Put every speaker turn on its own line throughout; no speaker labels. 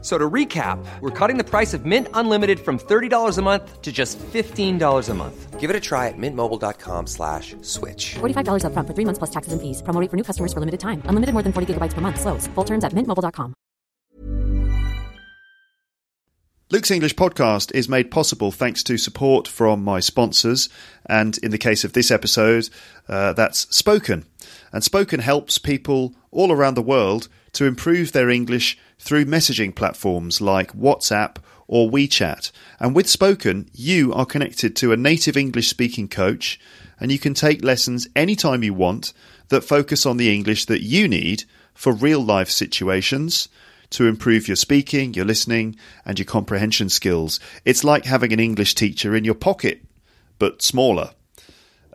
So to recap, we're cutting the price of Mint Unlimited from $30 a month to just $15 a month. Give it a try at mintmobile.com slash switch.
$45 upfront for three months plus taxes and fees. Promo rate for new customers for limited time. Unlimited more than 40 gigabytes per month. Slows. Full terms at mintmobile.com.
Luke's English podcast is made possible thanks to support from my sponsors, and in the case of this episode, uh, that's Spoken. And Spoken helps people all around the world to improve their English through messaging platforms like WhatsApp or WeChat. And with Spoken, you are connected to a native English speaking coach, and you can take lessons anytime you want that focus on the English that you need for real life situations to improve your speaking, your listening, and your comprehension skills. It's like having an English teacher in your pocket, but smaller.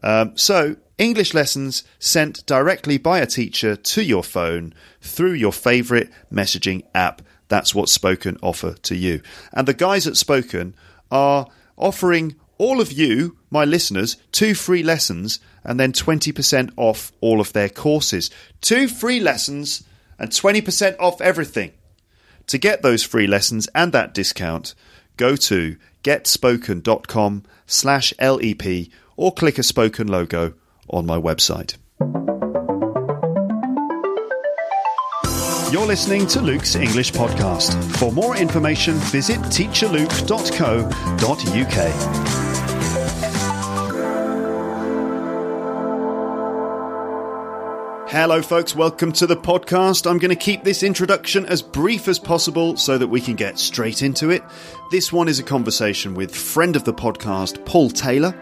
Um, so, English lessons sent directly by a teacher to your phone through your favorite messaging app. That's what Spoken offer to you. And the guys at Spoken are offering all of you, my listeners, two free lessons and then 20% off all of their courses. Two free lessons and 20% off everything. To get those free lessons and that discount, go to getspoken.com slash LEP or click a spoken logo on my website. You're listening to Luke's English podcast. For more information, visit teacherluke.co.uk. Hello, folks. Welcome to the podcast. I'm going to keep this introduction as brief as possible so that we can get straight into it. This one is a conversation with friend of the podcast, Paul Taylor.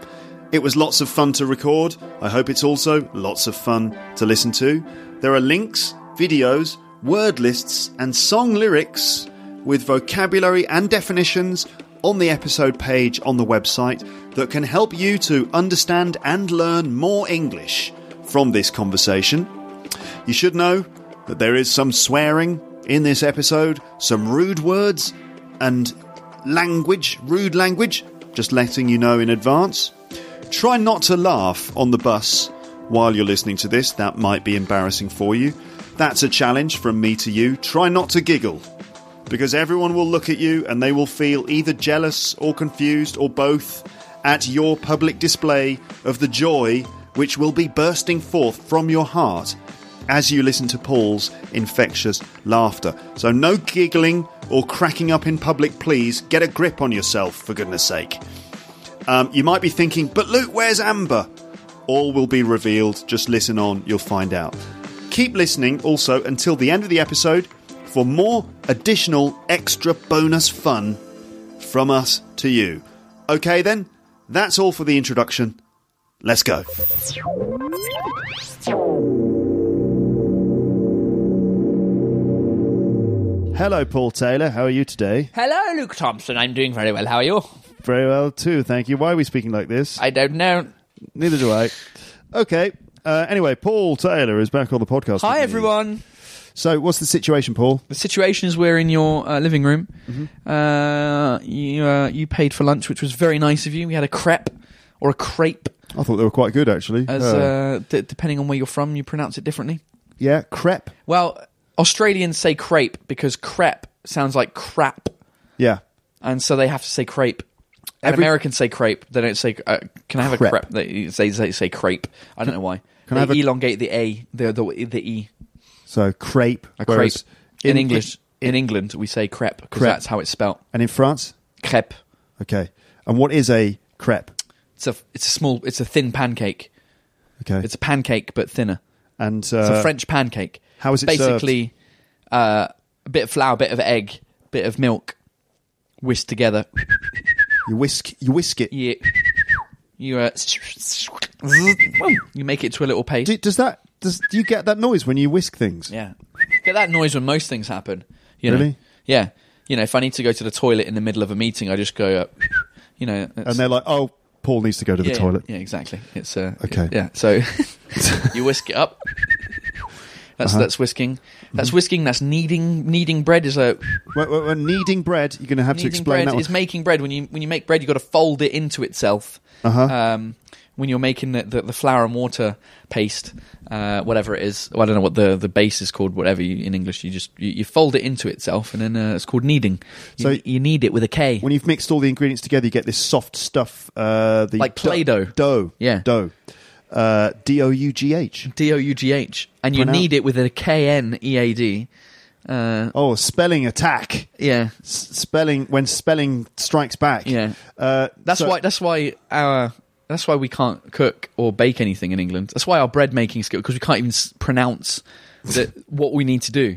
It was lots of fun to record. I hope it's also lots of fun to listen to. There are links, videos, word lists, and song lyrics with vocabulary and definitions on the episode page on the website that can help you to understand and learn more English from this conversation. You should know that there is some swearing in this episode, some rude words, and language, rude language, just letting you know in advance. Try not to laugh on the bus while you're listening to this, that might be embarrassing for you. That's a challenge from me to you. Try not to giggle because everyone will look at you and they will feel either jealous or confused or both at your public display of the joy which will be bursting forth from your heart as you listen to Paul's infectious laughter. So, no giggling or cracking up in public, please. Get a grip on yourself, for goodness sake. Um, you might be thinking, but Luke, where's Amber? All will be revealed. Just listen on, you'll find out. Keep listening also until the end of the episode for more additional extra bonus fun from us to you. Okay, then, that's all for the introduction. Let's go. Hello, Paul Taylor. How are you today?
Hello, Luke Thompson. I'm doing very well. How are you?
Very well, too. Thank you. Why are we speaking like this?
I don't know.
Neither do I. Okay. Uh, anyway, Paul Taylor is back on the podcast. with
Hi,
me.
everyone.
So, what's the situation, Paul?
The situation is we're in your uh, living room. Uh, you uh, you paid for lunch, which was very nice of you. We had a crepe or a crepe,
I thought they were quite good, actually.
as
Uh,
uh, d- depending on where you're from, you pronounce it differently.
yeah, crepe.
Well, Australians say crepe because crepe sounds like crap,
Yeah,
and so they have to say crepe. And
Every-
Americans say crepe. They don't say. Uh, can I have
Crepe.
a crepe? They, they, they say crepe. I don't know why.
Can I
they
have a-
elongate the a, the the, the e.
so crepe.
A crepe.
whereas
In, English, in, England, we say crepe because
Crepe.
that's how it's spelt.
and in France.
Crepe.
Okay, and what is a crepe?
It's a it's a small it's a thin pancake.
Okay,
It's a pancake but thinner.
and uh,
It's a French pancake.
how is it
basically uh, a bit of flour, bit of egg, bit of milk, whisked together.
You whisk, you whisk it.
You you uh, you make it to a little paste.
Do, does that? Does do you get that noise when you whisk things?
Yeah. Get that noise when most things happen. You
Really?
Know? Yeah. You know, if I need to go to the toilet in the middle of a meeting, I just go, uh, you know,
And they're like, "Oh, Paul needs to go to the
yeah,
toilet."
Yeah, exactly. It's uh,
Okay.
Yeah, so you whisk it up,
Uh-huh.
That's that's whisking. That's
Mm-hmm.
whisking. That's kneading. Kneading bread is a
When, when- when kneading bread, you're going to have to
kneading
explain
bread
that one.
is making bread. When you when you make bread, you have got to fold it into itself. Uh-huh. Um, when you're making the, the, the flour and water paste, uh, whatever it is, well, I don't know what the, the base is called. Whatever you, in English, you just you, you fold it into itself, and then uh, it's called kneading. You,
So-
you knead it with a K.
when you've mixed all the ingredients together, you get this soft stuff. Uh, the
Like Play-Doh.
do- Dough.
Yeah.
Dough. Uh, D O U G H.
D O U G H, and you
Pronoun-
knead it with a K N E A D. Uh.
Oh, spelling attack.
Yeah,
S- spelling when spelling strikes back.
Yeah.
Uh,
that's
so-
why. That's why our. That's why we can't cook or bake anything in England. That's why our bread making skill because we can't even s- pronounce the, what we need to do.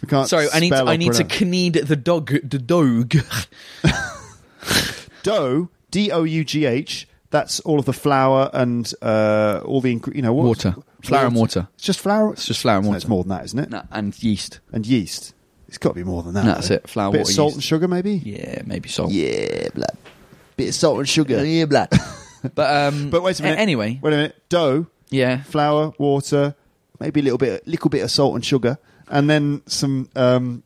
we can't
Sorry, I need to,
spell or
I need to
pronounce.
knead the dog the dog.
dough. D O U G H. That's all of the flour and uh, all the ingre- you know what?
Water. Flour and water.
It's just flour. It's
just flour and
It's
water.
more than that, isn't it?
Nah, and yeast.
And yeast. It's got to be more than that.
That's
though.
it, flour,
Bit
water,
of salt
yeast.
and sugar, maybe.
Yeah, maybe salt.
Yeah, blood. Bit of salt and sugar.
yeah, blood. but um,
But wait a minute.
anyway,
wait a minute. Dough,
yeah,
flour, water, maybe a little bit, little bit of salt and sugar, and then some um,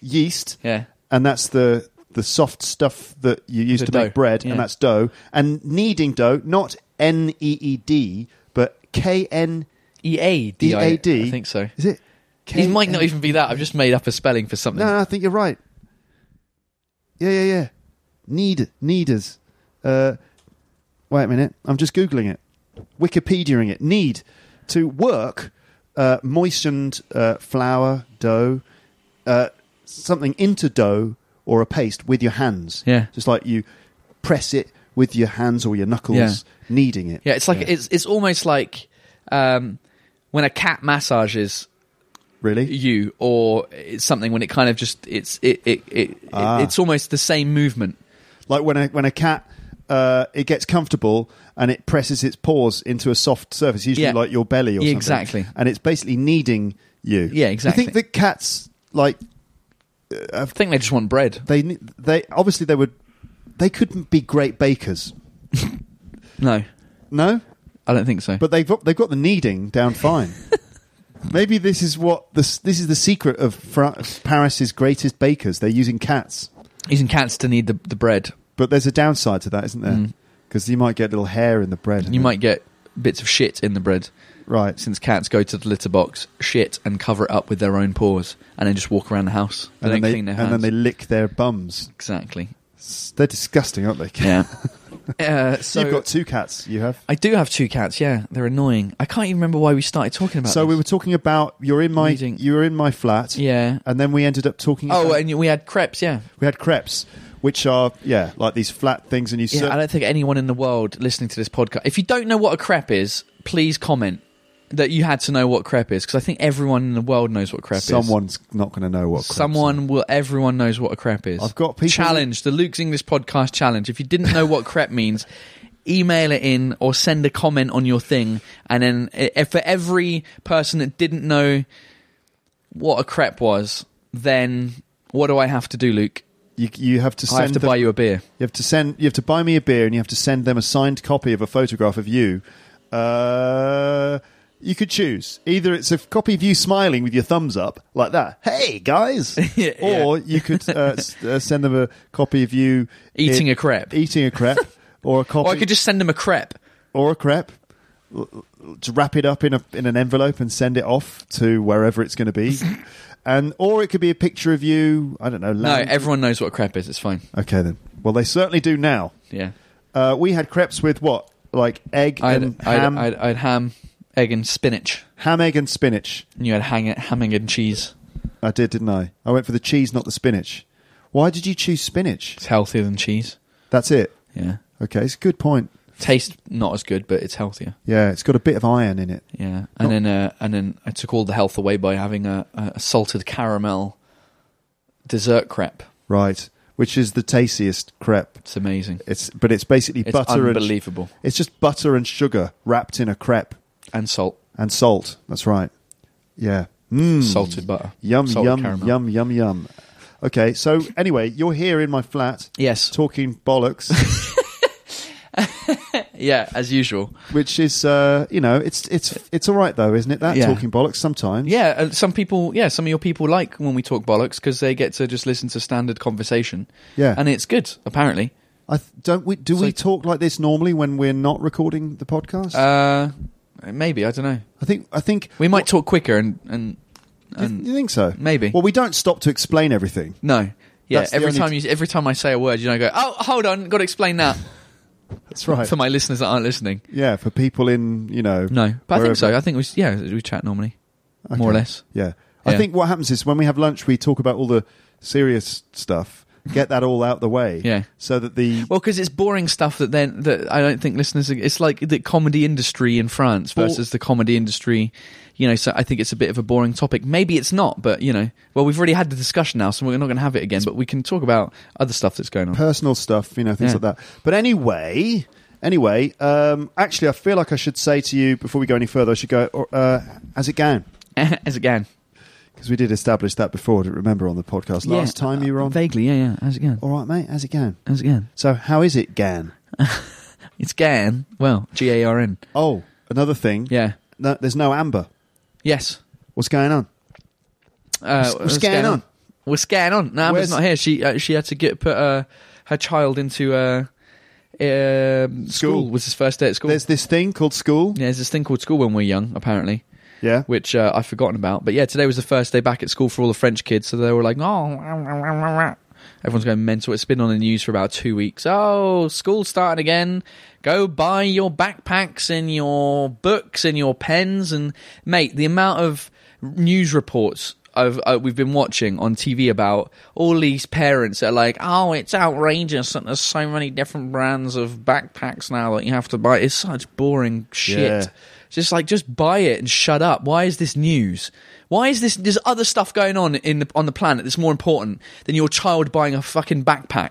yeast.
Yeah.
and that's the the soft stuff that you use
The
to
dough,
make bread,
yeah.
and that's dough. And kneading dough, not N E E D, but K N
E A D
E
I
A D.
I think so.
Is it?
It might not
K N-
even be that. I've just made up a spelling for something.
No, no, I think you're right. Yeah, yeah, yeah. Need needers. Uh, wait a minute. I'm just googling it, Wikipediaing it. Need to work uh, moistened uh, flour dough, uh, something into dough or a paste with your hands.
Yeah.
just like you press it with your hands or your knuckles,
Yeah.
kneading it.
Yeah, it's like it's it's almost like um, when a cat massages
Really?
you or it's something when it kind of just it's it it, it, it
Ah.
it's almost the same movement.
Like when a when a cat. Uh, it gets comfortable and it presses its paws into a soft surface, usually
Yeah.
like your belly or something.
Exactly.
and it's basically needing you.
Yeah, exactly.
I think that cats like
I think they just want bread.
they ne- they obviously they would they couldn't be great bakers,
No,
no,
I don't think so.
but they've got, they've got the kneading down fine. Maybe this is what this this is the secret of Fra- Paris's greatest bakers. They're using cats,
Using cats to need the, the bread.
but there's a downside to that, isn't there? Because you might get little hair in the bread.
Mm. You might get bits of shit in the bread
right.
since cats go to the litter box, shit, and cover it up with their own paws, and then just walk around the house. They
and then
don't
they,
clean their
and
hands.
then they lick their bums.
exactly.
S- They're disgusting, aren't they?
Yeah. uh,
So
so
you've got two cats. You have.
I do have two cats. Yeah, they're annoying. I can't even remember why we started talking about.
So
this.
we were talking about you're in my
Kneading.
you were in my flat.
Yeah.
And then we ended up talking.
Oh,
about,
and we had crepes. Yeah.
we had crepes, which are yeah, like these flat things, and you
Yeah,
serve-
I don't think anyone in the world listening to this podcast. If you don't know what a crepe is, please comment that you had to know what crepe is because I think everyone in the world knows what crepe is.
someone's not going to know what. Crepes
Someone will. Everyone knows what a crepe is.
I've got people-
challenge the Luke's English podcast challenge. If you didn't know what crepe means, email it in or send a comment on your thing, and then i- for every person that didn't know what a crepe was, then what do I have to do, Luke?
are. you you have to send
I have to
them-
buy you a beer.
You have to send. You have to buy me a beer, and you have to send them a signed copy of a photograph of you. Uh, you could choose either it's a copy of you smiling with your thumbs up like that, hey guys,
Yeah.
or you could uh, s- uh, send them a copy of you
Eating
i-
a crepe.
eating a crepe, or a copy,
Or I could just send them a crepe.
or a crepe. L- l- To wrap it up in a in an envelope and send it off to wherever it's going to be, and or it could be a picture of you. I don't know.
No,
lounging-
everyone knows what crepe is. It's fine.
okay then. Well, they certainly do now.
Yeah.
Uh, we had crepes with what? Like egg
I had,
and
I had,
um, ham,
I had, I had ham, egg, and spinach.
ham, egg, and spinach.
And you had hang, ham, egg, and cheese.
I did, didn't I? I went for the cheese, not the spinach. Why did you choose spinach?
It's healthier than cheese.
That's it.
Yeah.
Okay, it's a good point.
Tastes not as good, but it's healthier.
Yeah, it's got a bit of iron in it.
Yeah. And then uh, and then I took all the health away by having a, a salted caramel dessert crepe.
Right, which is the tastiest crepe.
It's amazing.
It's but it's basically
It's
butter
unbelievable.
and it's just butter and sugar wrapped in a crepe
And salt.
and salt. That's right. Yeah. Mm.
Salted butter.
Yum
Salted
yum
caramel.
yum yum yum. Okay, so anyway, you're here in my flat
Yes.
talking bollocks.
yeah, as usual.
which is uh, you know it's it's it's all right though, isn't it? That
Yeah.
talking bollocks sometimes.
Yeah, uh, some people, yeah, some of your people like when we talk bollocks because they get to just listen to standard conversation.
Yeah.
and it's good apparently.
I th- don't we do we
like-
talk like this normally when we're not recording the podcast?
Uh, maybe I don't know.
I think I think
We might talk quicker and and
do you, you think so?
maybe.
Well, we don't stop to explain everything.
no. Yeah,
That's the
every
only
time
t-
you every time I say a word, you know, I go, oh, hold on, got to explain that
That's right.
for my listeners that aren't listening.
yeah, for people in you know.
No, but I
wherever.
think so. I think we s- yeah we chat normally, more or less.
Yeah. I
Yeah.
think what happens is when we have lunch, we talk about all the serious stuff, get that all out the way,
Yeah.
so that the
Well, because it's boring stuff that then that I don't think listeners. It's like the comedy industry in France
Well-
versus the comedy industry, you know. So I think it's a bit of a boring topic. Maybe it's not, but you know. Well, we've already had the discussion now, so we're not going to have it again. But we can talk about other stuff that's going on.
personal stuff, you know, things
Yeah.
like that. But anyway, anyway, um, actually, I feel like I should say to you before we go any further, I should go, or, uh, how's it going?
As again,
Because we did establish that before, I remember, on the podcast last time you were on. Oh.
vaguely, yeah, yeah. As again,
All right, mate, how's it going?
as again,
So, how is it, Gan?
it's Gan. Well, G A R N.
Oh, another thing.
Yeah.
No, there's no Amber.
Yes.
What's going on?
Uh,
What's- what's going on?
What's going on? No, Amber's
Where's-
not here. She uh, she had to get put uh, her child into uh, um, school.
School.
Was his first day at school.
There's this thing called school.
Yeah, there's this thing called school when we're young, apparently,
Yeah.
which uh, I've forgotten about. But yeah, today was the first day back at school for all the French kids, so they were like, "Oh, everyone's going mental." It's been on the news for about two weeks. Oh, school's starting again. Go buy your backpacks and your books and your pens and mate. The amount of news reports. I've, uh, we've been watching on TV about all these parents that are like, oh, it's outrageous that there's so many different brands of backpacks now that you have to buy. It's such boring shit.
Yeah.
Just like, just buy it and shut up. Why is this news? Why is this? There's other stuff going on in the, on the planet that's more important than your child buying a fucking backpack.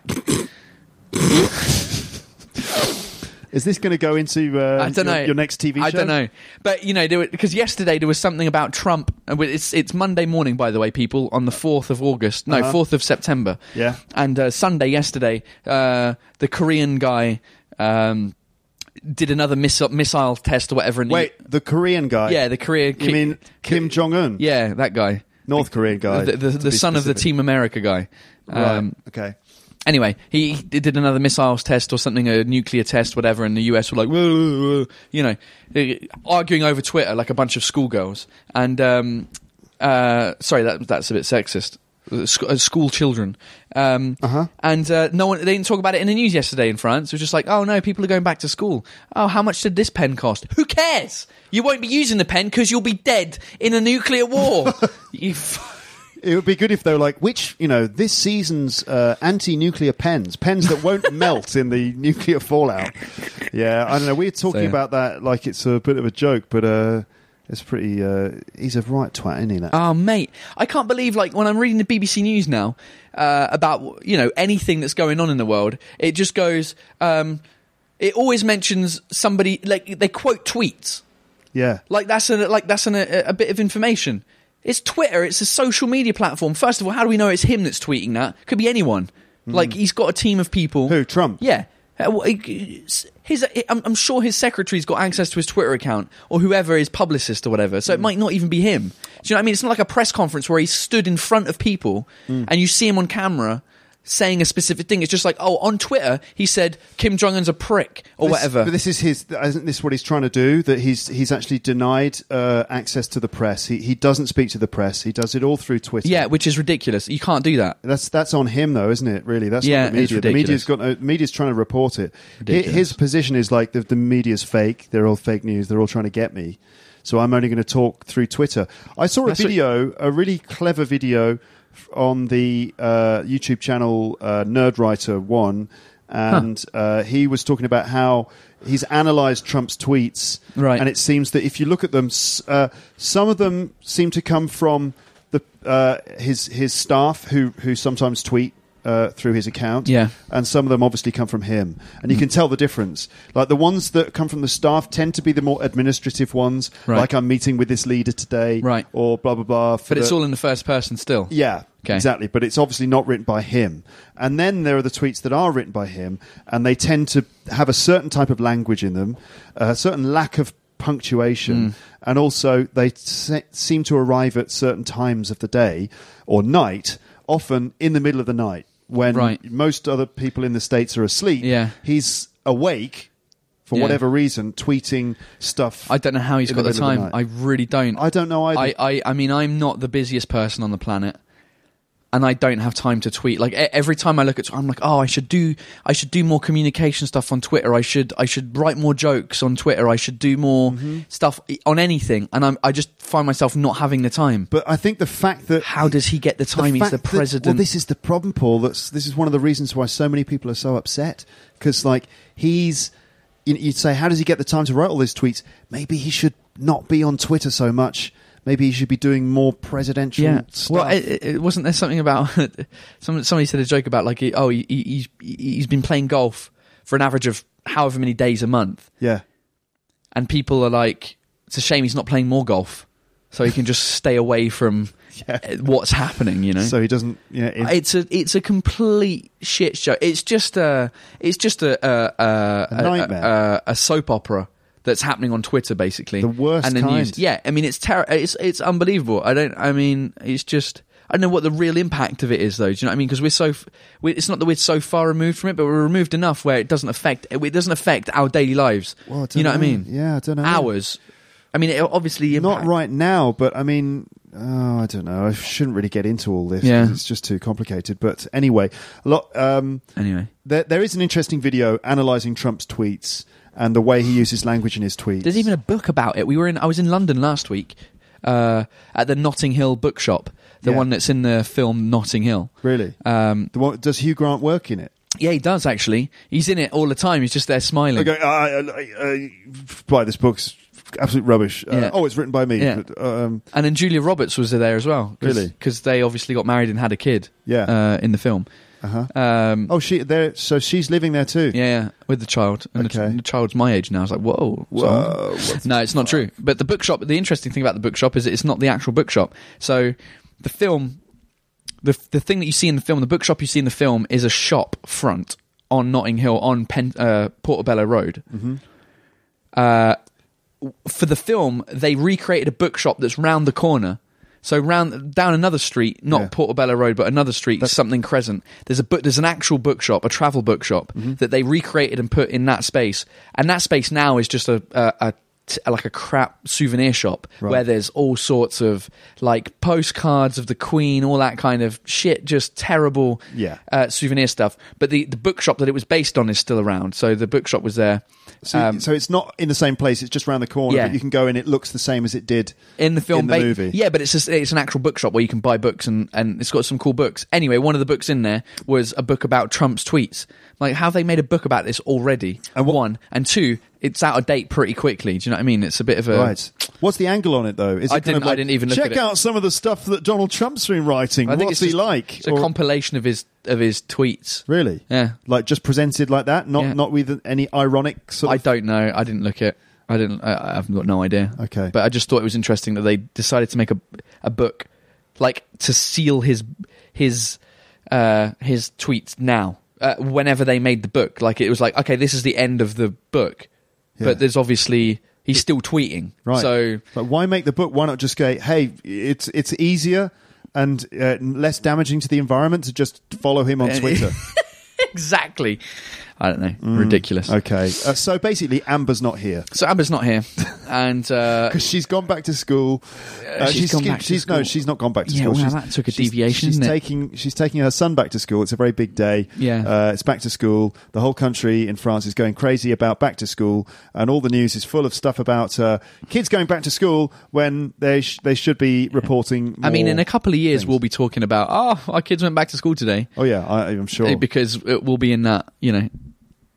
Is this going to go into uh,
I
your,
don't know
your next TV show?
I don't know, but you know, because yesterday there was something about Trump. and we- It's it's Monday morning, by the way, people. On the fourth of August, no, 4th of September.
Uh-huh. Yeah.
and uh, Sunday yesterday, uh, the Korean guy. Um, did another missi- missile test or whatever? And he-
Wait, the Korean guy.
yeah, the Korea.
You mean Kim Jong Un?
Yeah, that guy.
North Korean guy.
the, the,
to
the
be
son of the
specific.
Team America guy.
Right.
Um,
okay.
Anyway, he he did another missiles test or something, a nuclear test, whatever, and the US were like, "Whoa, whoa, whoa," you know, eh, arguing over Twitter like a bunch of schoolgirls. And um, uh, sorry, that that's a bit sexist. Uh, sc- uh, School children, um,
Uh-huh.
and uh, no one. They didn't talk about it in the news yesterday in France. It was just like, oh no, people are going back to school. Oh, how much did this pen cost? Who cares? You won't be using the pen because you'll be dead in a nuclear war. you f-
It would be good if they were like, which, you know, this season's uh, anti nuclear pens, pens that won't melt in the nuclear fallout. Yeah, I don't know. We're talking
yeah.
about that like it's a bit of a joke, but uh, it's pretty. Uh, he's a right twat, isn't he? That?
Oh, mate, I can't believe like when I'm reading the BBC News now uh, about you know anything that's going on in the world, it just goes. Um, it always mentions somebody like they quote tweets
yeah.
like that's an, like that's an, a, a bit of information. It's Twitter. It's a social media platform. First of all, how do we know it's him that's tweeting that? Could be anyone. Like he's got a team of people.
Hmm. Who, Trump?
Yeah. Uh, well, he- His, I'm I'm sure his secretary's got access to his Twitter account or whoever his publicist or whatever.
Hmm.
So it might not even be him. Do you know what I mean? It's not like a press conference where he stood in front of people
Hmm.
and you see him on camera saying a specific thing. It's just like, oh, on Twitter he said Kim Jong Un's a prick or
This-
whatever.
But this is his. Isn't this what he's trying to do? That he's he's actually denied uh, access to the press. He he doesn't speak to the press. He does it all through Twitter.
yeah, which is ridiculous. You can't do that.
That's that's on him though, isn't it? Really, that's
Yeah,
not the
it's
media. The media's
ridiculous.
got no, the media's trying to report it. Hi-
Ridiculous.
His position is like the, the media's fake. They're all fake news. They're all trying to get me. So I'm only going to talk through Twitter. I saw a
That's what-
video, a really clever video f- on the uh, YouTube channel uh, Nerdwriter One, and uh, he was talking about how he's analysed Trump's tweets,
Right.
And it seems that if you look at them, s- uh, some of them seem to come from the uh, his his staff who who sometimes tweet uh, through his account,
Yeah. Hmm.
and some of them obviously come from him, and you can tell the difference. Like the ones that come from the staff tend to be the more administrative ones,
Right.
like I'm meeting with this leader today,
Right.
or blah blah blah. for
But it's
the-
all in the first person still.
yeah.
Okay.
Exactly, but it's obviously not written by him. And then there are the tweets that are written by him, and they tend to have a certain type of language in them, a certain lack of punctuation,
Hmm.
and also they se- seem to arrive at certain times of the day or night, often in the middle of the night when
Right.
most other people in the states are asleep.
Yeah.
he's awake. For
Yeah.
whatever reason, tweeting stuff.
I don't know how he's
in
got the,
middle of
time. I
night.
really don't.
I don't know either.
I, I, I mean, I'm not the busiest person on the planet, and I don't have time to tweet. Like e- every time I look at, tw- I'm like, oh, I should do, I should do more communication stuff on Twitter. I should, I should write more jokes on Twitter. I should do more
Mm-hmm.
stuff i- on anything, and I'm, I just find myself not having the time.
but I think the fact that
How does he get the time? He's
fact
the
that- well,
president.
this is the problem, Paul. That's this is one of the reasons why so many people are so upset because, like, he's. you- You'd say, how does he get the time to write all these tweets? Maybe he should not be on Twitter so much. Maybe he should be doing more presidential
yeah.
stuff.
Well, it, it- it wasn't there something about some, somebody said a joke about like, he- oh, he, he, he's- he's been playing golf for an average of however many days a month.
yeah,
and people are like, it's a shame he's not playing more golf, so he can just stay away from uh, what's happening. You know, Uh,
so he doesn't. Yeah, it-
it's a it's a complete shit show. It's just a it's just a a, a,
A nightmare.
a, a, a soap opera that's happening on Twitter, basically.
The worst
and the
kind.
News. Yeah, I mean it's ter- it's it's unbelievable. I don't. I mean it's just. I don't know what the real impact of it is, though. Do you know what I mean? Because we're so, f- we, it's not that we're so far removed from it, but we're removed enough where it doesn't affect it doesn't affect our daily lives.
Well, I don't
you know, what I
know.
mean?
Yeah, I don't know.
Hours. I mean, it obviously
not
impact-
right now, but I mean, oh, I don't know. I shouldn't really get into all this. 'cause
Yeah.
it's just too complicated. But anyway, a lot. Um,
Anyway,
there, there is an interesting video analyzing Trump's tweets and the way he uses language in his tweets.
There's even a book about it. We were in. I was in London last week uh, at the Notting Hill bookshop, the
Yeah.
one that's in the film Notting Hill.
Really?
Um,
The one, does Hugh Grant work in it?
yeah, he does actually. He's in it all the time. He's just there smiling.
Okay, I, I, I, I buy this book's absolute rubbish. Uh,
Yeah.
Oh, it's written by me.
Yeah.
But, um,
And then Julia Roberts was there as well. Cause,
Really?
Because they obviously got married and had a kid.
Yeah.
Uh, in the film.
uh-huh.
Um,
Oh, she there. So she's living there too.
yeah, yeah, with the child. And the,
Okay.
the child's my age now. I was like, whoa. son.
Whoa, what the
No, it's not true. But the bookshop, the interesting thing about the bookshop is it's not the actual bookshop. So the film, the the thing that you see in the film, the bookshop you see in the film is a shop front on Notting Hill on Pen, uh, Portobello Road. Uh, for the film, they recreated a bookshop that's round the corner. So round down another street, not
Yeah.
Portobello Road, but another street, something Crescent. There's a book, there's an actual bookshop, a travel bookshop
Mm-hmm.
that they recreated and put in that space, and that space now is just a, a, a t- like a crap souvenir shop where there's all sorts of like postcards of the Queen, all that kind of shit, just terrible
Yeah.
uh, souvenir stuff. But the the bookshop that it was based on is still around, so the bookshop was there.
So, so it's not in the same place. It's just round the corner.
um, Yeah.
But you can go in. It looks the same as it did
in the film
In the
ba-
movie.
Yeah, but it's just, it's an actual bookshop where you can buy books and and it's got some cool books. Anyway, one of the books in there was a book about Trump's tweets. Like how they made a book about this already.
And what-
one and two, it's out of date pretty quickly. Do you know what I mean? It's a bit of a
Right. What's the angle on it though? Is
I
it kind of
didn't- I didn't even look
check
at it.
out some of the stuff that Donald Trump's been writing.
I think
What's
it's
he
just-
like?
It's a
Or-
compilation of his of his tweets.
really?
Yeah.
Like just presented like that, not
Yeah.
not with any ironic sort
I
of
don't know. I didn't look at. I didn't. I, I've got no idea.
Okay.
but I just thought it was interesting that they decided to make a a book, like to seal his his uh his tweets now. Uh, whenever they made the book, like it was like, okay, this is the end of the book,
Yeah.
but there's obviously he's still tweeting.
Right.
So
But why make the book? Why not just go? Hey, it's it's easier and uh, less damaging to the environment to just follow him on Twitter.
exactly, I don't know. Ridiculous.
Mm. okay. Uh, so basically, Amber's not here
So Amber's not here, and uh,
because she's gone back to school. Uh,
she's gone back to
she's no,
school.
she's not gone back to
Yeah,
school.
wow,
she's,
that took a
she's-
deviation,
She's
didn't it?
taking she's taking her son back to school. It's a very big day.
Yeah.
uh, it's back to school. The whole country in France is going crazy about back to school, and all the news is full of stuff about uh, kids going back to school when they sh- they should be reporting.
I mean,
more
in a couple of years,
things.
we'll be talking about, oh, our kids went back to school today.
Oh yeah, I, I'm sure.
because it will be in that you know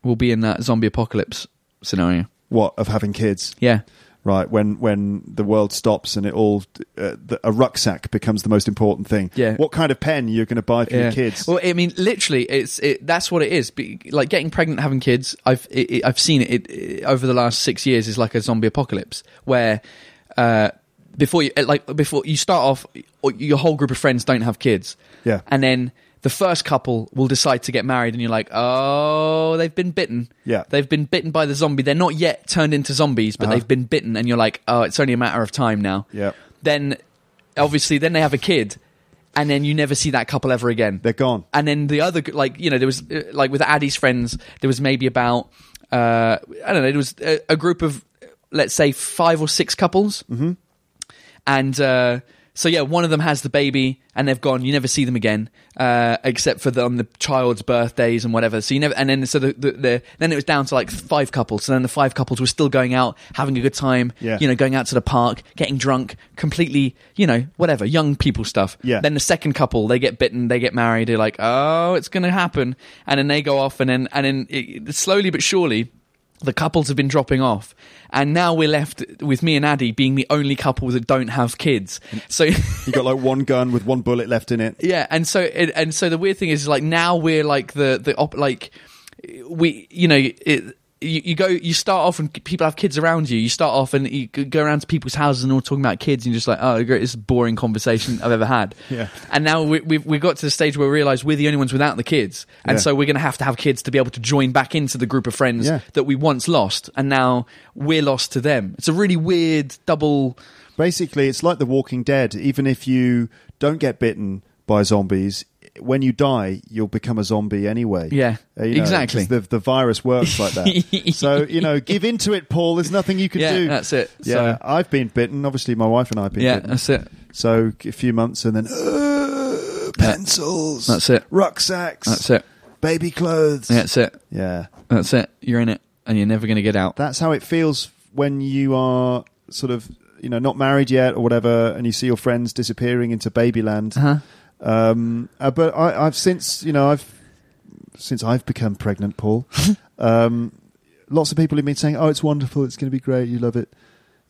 we'll be in that zombie apocalypse scenario
What of having kids?
yeah
Right when when the world stops and it all uh, the, a rucksack becomes the most important thing.
Yeah.
What kind of pen you're going to buy for your kids?
well i mean literally it's it that's what it is Be, like getting pregnant having kids i've it, it- i've seen it, it, it over the last 6 years is like a zombie apocalypse where uh before you like before you start off or your whole group of friends don't have kids
Yeah.
and then the first couple will decide to get married and you're like oh they've been bitten
Yeah. Uh-huh.
they've been bitten by the zombie they're not yet turned into zombies but they've been bitten and you're like oh it's only a matter of time now
Yeah.
then obviously then they have a kid and then you never see that couple ever again
They're gone.
and then the other like you know there was uh, like with Addie's friends there was maybe about uh I don't know there was a, a group of let's say five or six couples mm-hmm. and uh so yeah one of them has the baby and they've gone you never see them again uh except for the, on the child's birthdays and whatever so you never and then so the, the, the then it was down to like five couples so then the five couples were still going out having a good time
Yeah.
you know going out to the park getting drunk completely you know whatever young people stuff
Yeah.
then the second couple, they get bitten, they get married. They're like, oh, it's going to happen, and then they go off, and then and then it, slowly but surely, the couples have been dropping off, and now we're left with me and Addy being the only couple that don't have kids. So.
You got like one gun with one bullet left in it.
Yeah, and so it, and so the weird thing is like now we're like the the op, like we you know it. You, you go, you start off, and people have kids around you. You start off, and you g- go around to people's houses, and all talking about kids, and you're just like, "Oh, great, this is the boring conversation I've ever had."
Yeah.
And now we, we've we got to the stage where we realize we're the only ones without the kids, and
Yeah.
so we're going to have to have kids to be able to join back into the group of friends
Yeah.
that we once lost, and now we're lost to them. It's a really weird double.
Basically, it's like The Walking Dead. Even if you don't get bitten by zombies, when you die, you'll become a zombie anyway.
Yeah,
Uh, you know,
exactly.
'cause The, the virus works like that. so, you know, give into it, Paul. There's nothing you can
Yeah,
do.
that's it.
Yeah,
So-
I've been bitten. Obviously, my wife and I have been
Yeah,
bitten.
that's it.
So a few months and then uh, pencils.
That's it.
Rucksacks.
That's it.
Baby clothes.
That's it.
Yeah.
That's it. You're in it, and you're never going to get out.
That's how it feels when you are sort of you know not married yet or whatever, and you see your friends disappearing into babyland. Um, uh, but I, I've since you know I've since I've become pregnant, Paul. um, lots of people have been saying, "Oh, it's wonderful. It's going to be great. You love it.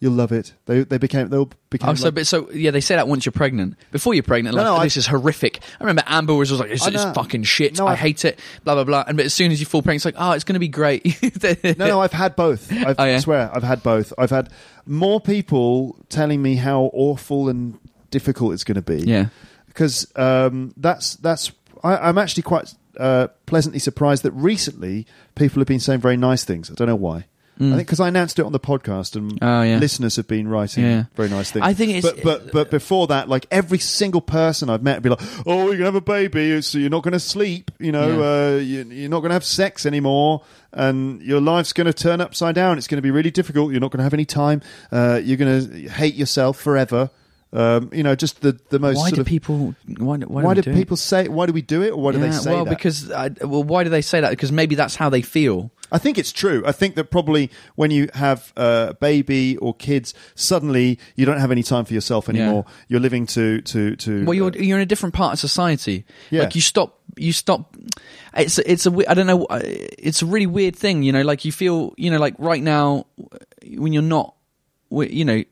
You'll love it." They they became they all became.
Oh, so,
like-
but, so yeah, they say that once you're pregnant. Before you're pregnant,
No,
like
no,
"Oh,
I-
this is horrific. I remember Amber was always like, "This
I
is
know.
fucking shit.
No,
I,
I-
hate it." Blah blah blah. And but as soon as you fall pregnant, it's like, "Oh, it's going to be great."
No, no, I've had both. I've,
Oh, yeah?
I swear, I've had both. I've had more people telling me how awful and difficult it's going to be.
Yeah.
because um, that's that's I, I'm actually quite uh, pleasantly surprised that recently people have been saying very nice things. I don't know why. I think because I announced it on the podcast and
Oh, Hmm. yeah.
listeners have been writing
Yeah.
very nice things.
I think it's- uh,
but but but before that, like every single person I've met, would be like, "Oh, you're gonna have a baby, so you're not gonna sleep. You know, uh, you, you're not gonna have sex anymore, and your life's gonna turn upside down. It's gonna be really difficult. You're not gonna have any time. Uh, you're gonna hate yourself forever. Um, you know, just the the most.
why
sort
do
of,
people? Why, do- why,
Why do
we do it?
people say? Why do we do it, or why do they
Yeah,
say
well,
that?
because I, well, why do they say that? Because maybe that's how they feel.
I think it's true. I think that probably when you have uh, a baby or kids, suddenly you don't have any time for yourself anymore. You're living to to to. uh,
Well, you're you're in a different part of society.
Yeah.
Like you stop, you stop. It's it's a we- I don't know. uh, It's a really weird thing, you know. Like you feel, you know, like right now when you're not, wi- you know,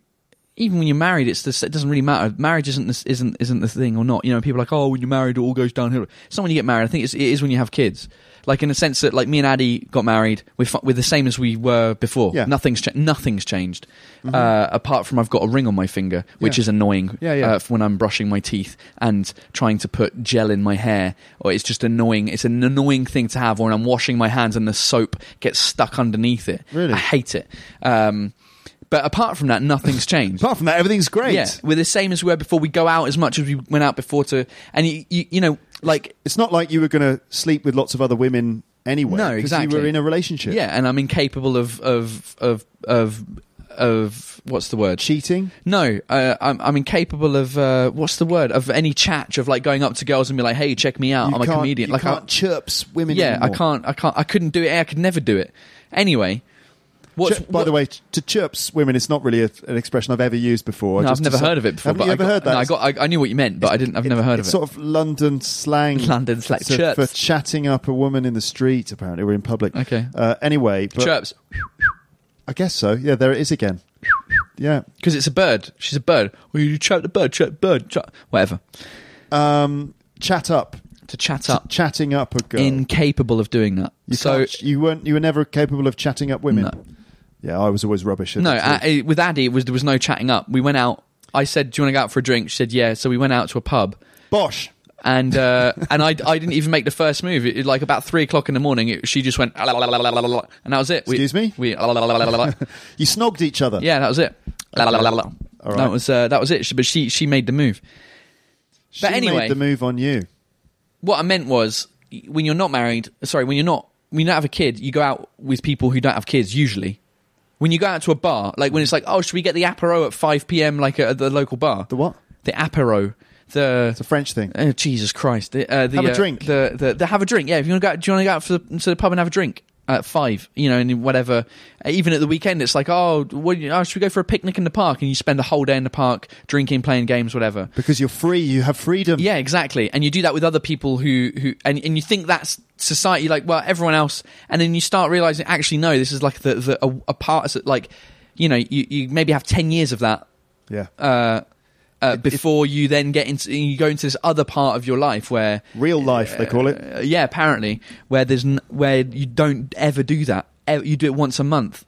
even when you're married, it's this, it doesn't really matter. Marriage isn't this, isn't isn't the thing or not. You know, people are like oh, when you're married, it all goes downhill. It's not when you get married. I think it's, it is when you have kids. Like in the sense that, like me and Addy got married, we're fu- we're the same as we were before.
Yeah. Mm-hmm.
Nothing's cha- nothing's changed, uh, apart from I've got a ring on my finger, which
Yeah.
is annoying
Yeah, yeah.
uh, when I'm brushing my teeth and trying to put gel in my hair, or it's just annoying. It's an annoying thing to have when I'm washing my hands and the soap gets stuck underneath it.
Really?
I hate it. Um, but apart from that, nothing's changed.
apart from that, everything's great.
yeah, we're the same as we were before. We go out as much as we went out before to, and you, you, you know, like
It's not like you were going to sleep with lots of other women anyway.
No,
'cause
exactly.
You were in a relationship.
yeah, and I'm incapable of of of of of what's the word?
cheating.
No, uh, I'm, I'm incapable of uh, what's the word of any chat of like going up to girls and be like, "Hey, check me out,
You
I'm a
can't-
comedian."
You
like,
can't
I,
chirps women.
yeah, I
anymore.
can't, I can't, I couldn't do it. I could never do it. Anyway, what's
Chir- by the way, ch- to chirps women, it's not really a, an expression I've ever used before. I
No, I've
just
never
decide-
heard of it before.
Haven't
but
you
I
ever
got-
heard that?
No, I got, I, I knew what you meant, but I didn't. I've never heard of
it's
it.
sort of London slang.
London slang.
So
Chirps.
for chatting up a woman in the street. Apparently, we're in public.
Okay.
Uh, anyway, but
Chirps
I guess so. Yeah, there it is again. Yeah.
because it's a bird. She's a bird. Well, you chirp the bird, chirp bird, chirp, whatever.
Um, chat up,
To chat up,
chatting up a girl.
incapable of doing that.
you
so
can't- you weren't. You were never capable of chatting up women.
No.
Yeah, I was always rubbish. At
no,
it too.
uh, with Addy, it was there was no chatting up. We went out. I said, "Do you want to go out for a drink?" She said, "Yeah." So we went out to a pub,
Bosh.
and uh, and I, I didn't even make the first move. It, like about three o'clock in the morning, it, she just went, "Ah, la, la, la, la, la, la, la," and that was it. We-
Excuse me?
We, "Ah, la, la, la, la, la, la, la."
You snogged each other.
yeah, that was it. La, la, la, la, la, la.
All right.
That was uh, that was it. She, but she she made the move.
She
but anyway-
made the move on you.
what I meant was when you're not married, sorry, when you're not when you don't have a kid, you go out with people who don't have kids usually. When you go out to a bar, like when it's like, oh, should we get the apero at five p.m. like at the local bar?
The what?
The apero. The
It's a French thing.
oh, Jesus Christ. The, uh, the,
Have a
uh,
drink.
The, the, the have a drink. Yeah, if you want to go, out- do you want to go out for the, to the pub and have a drink at five? You know, and whatever. Uh, Even at the weekend, it's like, oh, what, oh, should we go for a picnic in the park? And you spend the whole day in the park drinking, playing games, whatever.
Because you're free, you have freedom.
Yeah, exactly. And you do that with other people who who and, and you think that's society like well everyone else and then you start realizing actually no this is like the the a, a part of, like you know you, you maybe have 10 years of that
Yeah.
uh, uh, before you then get into you go into this other part of your life where
Real life, they call it.
uh, yeah apparently where there's n- where you don't ever do that E- you do it once a month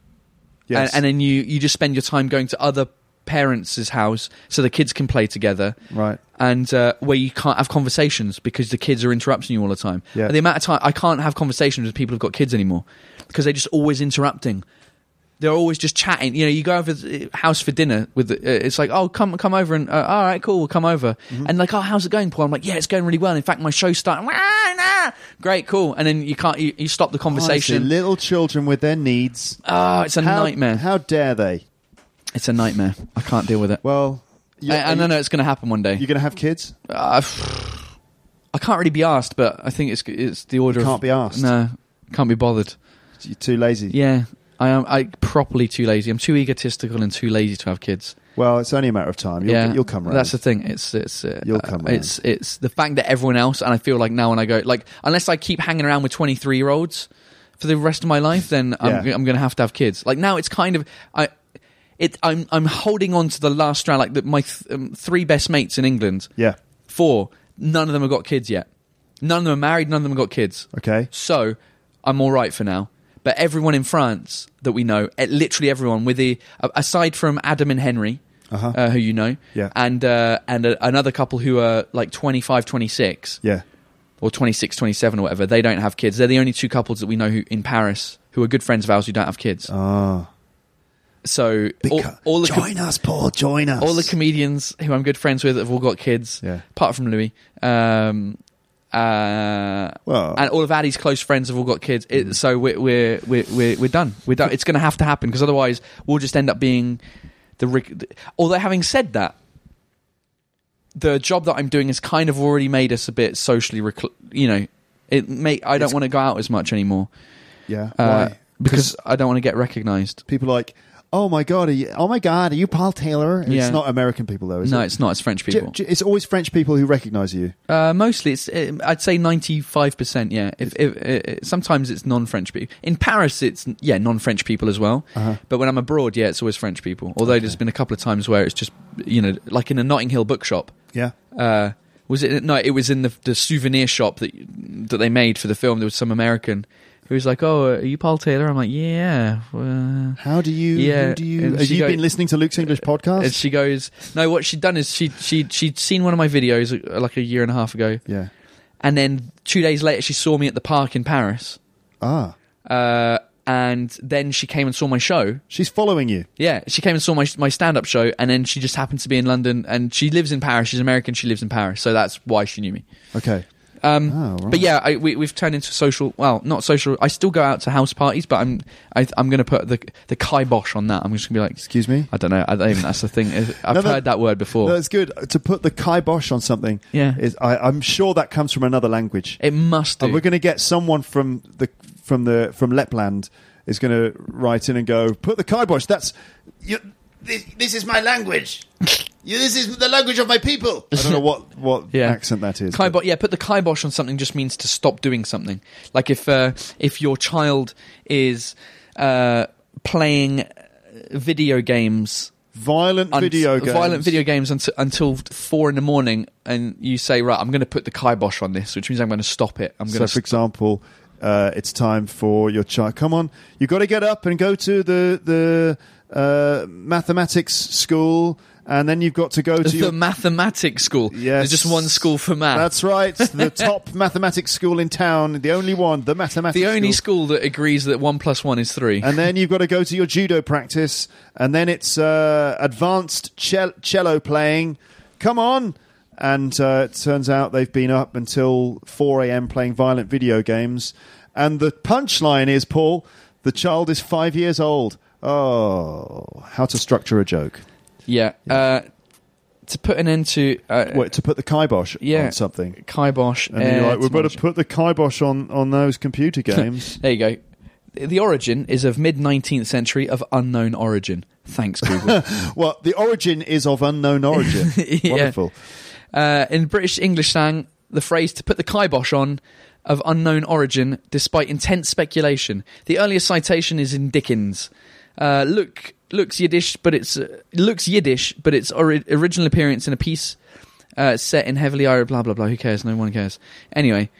Yes.
and, and then you you just spend your time going to other parents' house so the kids can play together
Right.
and uh, where you can't have conversations because the kids are interrupting you all the time
Yeah.
the amount of time i can't have conversations with people who've got kids anymore because they're just always interrupting they're always just chatting. You know, you go over the uh, house for dinner with. The, uh, it's like, oh, come come over and uh, all right, cool, we'll come over.
Mm-hmm.
And like, oh, how's it going, Paul? I'm like, yeah, it's going really well. In fact, my show's starting. Wah, nah. Great, cool. And then you can't you, you stop the
Honestly,
conversation.
little children with their needs.
Oh, it's a
how,
nightmare.
How dare they?
it's a nightmare. I can't deal with it.
Well, you,
I, I
are
don't
you-
know. It's going to happen one
You're
day.
going to have kids?
Uh, I can't really be asked, but I think it's it's the order.
Can't
of,
be asked.
No, can't be bothered.
You're too lazy.
Yeah, I am. I properly too lazy. I'm too egotistical and too lazy to have kids.
Well, it's only a matter of time. You'll,
yeah,
you'll come round.
That's the thing. It's it's uh,
You'll come round.
It's it's the fact that everyone else, and I feel like now when I go, like unless I keep hanging around with twenty three year olds for the rest of my life, then I'm
Yeah.
I'm going to have to have kids. Like now, it's kind of I. It, I'm I'm holding on to the last strand. Like the, my th- um, three best mates in England,
Yeah.
four. None of them have got kids yet. None of them are married. None of them have got kids.
Okay.
So I'm all right for now. But everyone in France that we know, eh, literally everyone, with the a- aside from Adam and Henry, uh who you know,
Uh-huh. Yeah.
and uh, and uh another couple who are like 25, 26,
Yeah.
or 26, 27 or whatever, they don't have kids. They're the only two couples that we know who, in Paris who are good friends of ours who don't have kids.
Ah.
so all,
Beca-
all the com-
join us, Paul. Join us.
all the comedians who I'm good friends with have all got kids,
Yeah.
apart from Louis. Um, uh,
Well- Mm.
and all of Addy's close friends have all got kids. It, so we're we're we're we're, we're done. We're done. It's going to have to happen because otherwise we'll just end up being the. Rick- Although having said that, the job that I'm doing has kind of already made us a bit socially, recl- you know, it may I don't want to go out as much anymore
yeah.
uh,
Why?
because I don't want to get recognised.
people are like, oh my god, are you, oh my god, are you Paul Taylor? And
Yeah.
It's not American people though, is
No,
it?
it's not. It's French
J-
people.
j- it's always French people who recognise you.
Uh, mostly, it's uh, I'd say ninety five percent. Yeah, if, if, uh, sometimes it's non French people. In Paris, it's yeah non French people as well. But when I'm abroad, yeah, it's always French people. Although there's been a couple of times where it's just you know like in a Notting Hill bookshop.
Yeah.
Uh, was it no? It was in the, the souvenir shop that that they made for the film. There was some American who was like, "Oh, are you Paul Taylor?" I'm like, "Yeah." Uh,
How do you?
Yeah,
Who do you?
and
Have
she
you
go- uh,
been listening to Luke's English podcast?
and she goes, "No." What she'd done is she she she'd seen one of my videos uh, like a year and a half ago.
yeah.
And then two days later, she saw me at the park in Paris.
Ah,
Uh, and then she came and saw my show.
she's following you.
Yeah, she came and saw my my stand up show, and then she just happened to be in London. And she lives in Paris. She's American. She lives in Paris, so that's why she knew me.
Okay.
Um,
Oh, right.
But yeah, I, we, we've turned into social. Well, not social. I still go out to house parties, but I'm I, I'm going to put the the kibosh on that. I'm just going to be like,
Excuse me.
I don't know. I don't even. That's the thing. I've
No, no.
heard that word before.
No, it's good to put the kibosh on something.
Yeah.
is I, I'm sure that comes from another language.
it must. Do.
And Uh, we're going to get someone from the from the from Lapland is going to write in and go put the kibosh. That's you, this, this is my language. You- this is the language of my people. I don't know what what accent that is. but-
Kibosh, yeah, put the kibosh on something just means to stop doing something. Like if uh, if your child is uh, playing video games,
violent
unt-
video games.
violent video games unt- until four in the morning, and you say, right, I'm going to put the kibosh on this, which means I'm going to stop it. I'm
So,
going
for
to.
example, uh, it's time for your child. Come on, you got to get up and go to the the uh, mathematics school and then you've got to go to
the
your
mathematics school. There's just one school for math.
That's right. The top mathematics school in town, the only one, the mathematics
the only
school.
school that agrees that one plus one is three.
And then you've got to go to your judo practice, and then it's uh, advanced cel- cello playing. Come on! And uh, it turns out they've been up until 4 a.m. playing violent video games. And the punchline is, Paul, the child is five years old. Oh, how to structure a joke.
yeah. Uh, to put an end to uh,
Wait, to put the kibosh
yeah
on something.
kibosh.
And then
uh,
you're like, we better
etymology.
put the kibosh on, on those computer games.
There you go. The origin is of mid 19th century of unknown origin. Thanks, Google.
well, the origin is of unknown origin.
Yeah.
Wonderful.
uh, in British English slang, the phrase to put the kibosh on of unknown origin, despite intense speculation. The earliest citation is in Dickens. Uh, look, looks Yiddish, but it's uh, looks Yiddish, but its ori- original appearance in a piece uh, set in heavily Irish. Blah blah blah. Who cares? No one cares. Anyway,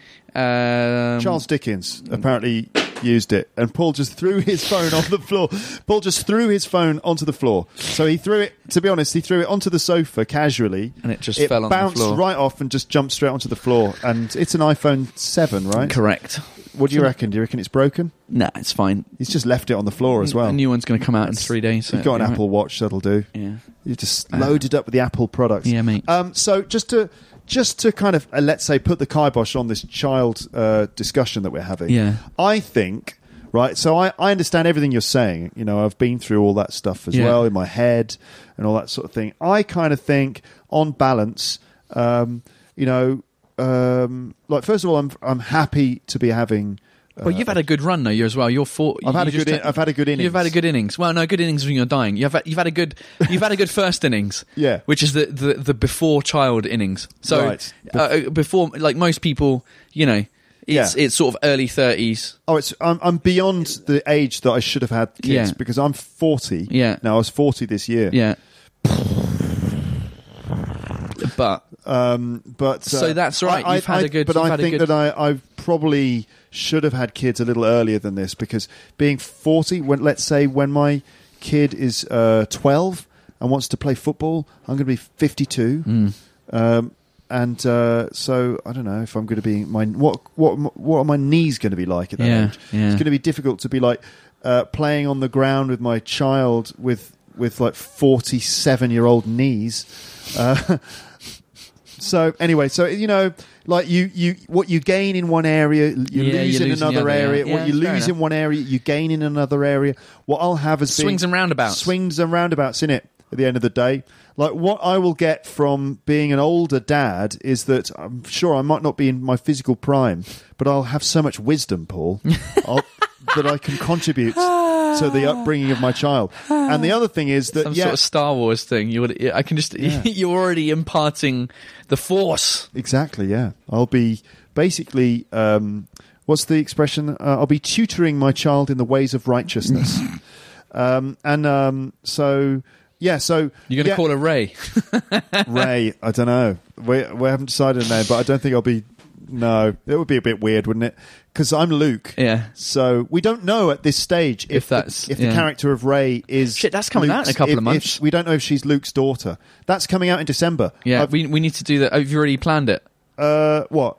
um,
Charles Dickens apparently used it, and Paul just threw his phone on the floor. Paul just threw his phone onto the floor. So he threw it. To be honest, he threw it onto the sofa casually,
And it just fell on the
bounced
floor.
right off and just jumped straight onto the floor. And it's an iPhone seven, right?
Correct.
What do you reckon? Do you reckon it's broken?
Nah, it's fine.
He's just left it on the floor as well.
A new one's going to come out in three days. so
You've got an
it'll be
Apple Watch, that'll do.
Yeah. Uh,
You just loaded up with the Apple products.
Yeah, mate.
Um, so just to just to kind of uh, let's say put the kibosh on this child uh, discussion that we're having.
Yeah.
I think right. So I, I understand everything you're saying. You know, I've been through all that stuff as
Yeah.
well in my head and all that sort of thing. I kind of think on balance, um, you know, um, like first of all, I'm I'm happy to be having. Uh,
Well, you've had a good run though. You as well. You're four.
I've had
you
a good
just-
in- I've had a good innings.
You've had a good innings. Well, no, good innings when you're dying. You've had, you've had a good. You've had a good first innings.
Yeah.
Which is the the, the before child innings. So
Right.
uh, before, like most people, you know, it's
Yeah.
it's sort of early thirties.
Oh, it's I'm, I'm beyond the age that I should have had kids
Yeah.
because I'm 40.
Yeah.
Now I was 40 this year.
Yeah. But
Um, but uh,
So that's right.
I,
You've
I,
had
I-
a good-
But
you've
I
had a
think
good-
that I, I probably should have had kids a little earlier than this because being 40, when let's say when my kid is uh, 12 and wants to play football, I'm going to be 52.
Mm.
Um, and uh, so I don't know if I'm going to be my what what what are my knees going to be like at that
Yeah,
age?
yeah.
It's going to be difficult to be like uh, playing on the ground with my child with with like 47 year old knees. Uh, so anyway, so you know, like you you what you gain in one area, you
Yeah,
lose
you
in
lose in the
another
other, yeah.
area.
Yeah,
what you
fair
lose in
enough.
one area, you gain in another area. What I'll have is
Swings and roundabouts.
Swings and roundabouts in it at the end of the day. Like what I will get from being an older dad is that I'm sure I might not be in my physical prime, but I'll have so much wisdom, Paul, I'll, that I can contribute to the upbringing of my child. And the other thing is that
some
yeah,
sort of Star Wars thing. You would. I can just.
Yeah.
you're already imparting the force.
Exactly. Yeah, I'll be basically. Um, what's the expression? Uh, I'll be tutoring my child in the ways of righteousness. um, and um, so, yeah. So
You're going to
yeah,
call a Ray.
Ray. I don't know. We we haven't decided a name, but I don't think I'll be. No, it would be a bit weird, wouldn't it? Because I'm Luke.
Yeah.
So we don't know at this stage if,
If that's-
the, if the
yeah.
character of Ray is
Shit, that's coming out in a
Luke's-
couple
if-
of months.
if- we don't know if she's Luke's daughter. That's coming out in December.
Yeah,
I've-
we, we need to do that. Have you already planned it?
uh, what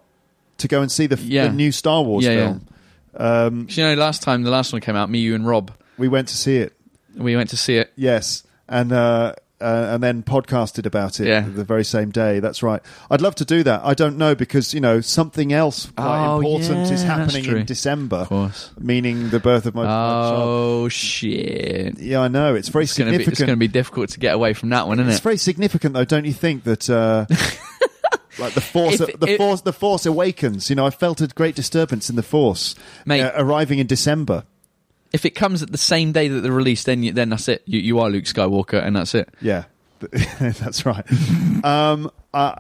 to go and see the,
Yeah.
the new Star Wars
Yeah,
film. Um,
'Cause, you know, last time the last one came out, me, you, and Rob,
we went to see it,
we went to see it.
yes, and uh, uh, and then podcasted about it
Yeah.
the very same day. That's right. I'd love to do that. I don't know because you know something else quite
Oh,
important
yeah,
is
that's
happening
true.
in December,
Of course.
meaning the birth of my my child.
Oh shit!
Yeah, I know it's very
It's gonna be
significant.
it's gonna be difficult to get away from that one, isn't
It's
it?
very significant, though, don't you think that? Uh, Like the force,
If-
the
if-
force, the force awakens. You know, I felt a great disturbance in the force,
Mate.
uh, arriving in December.
if it comes at the same day that the release, then you, then that's it. You you are Luke Skywalker, and that's it.
Yeah, that's right. um, I,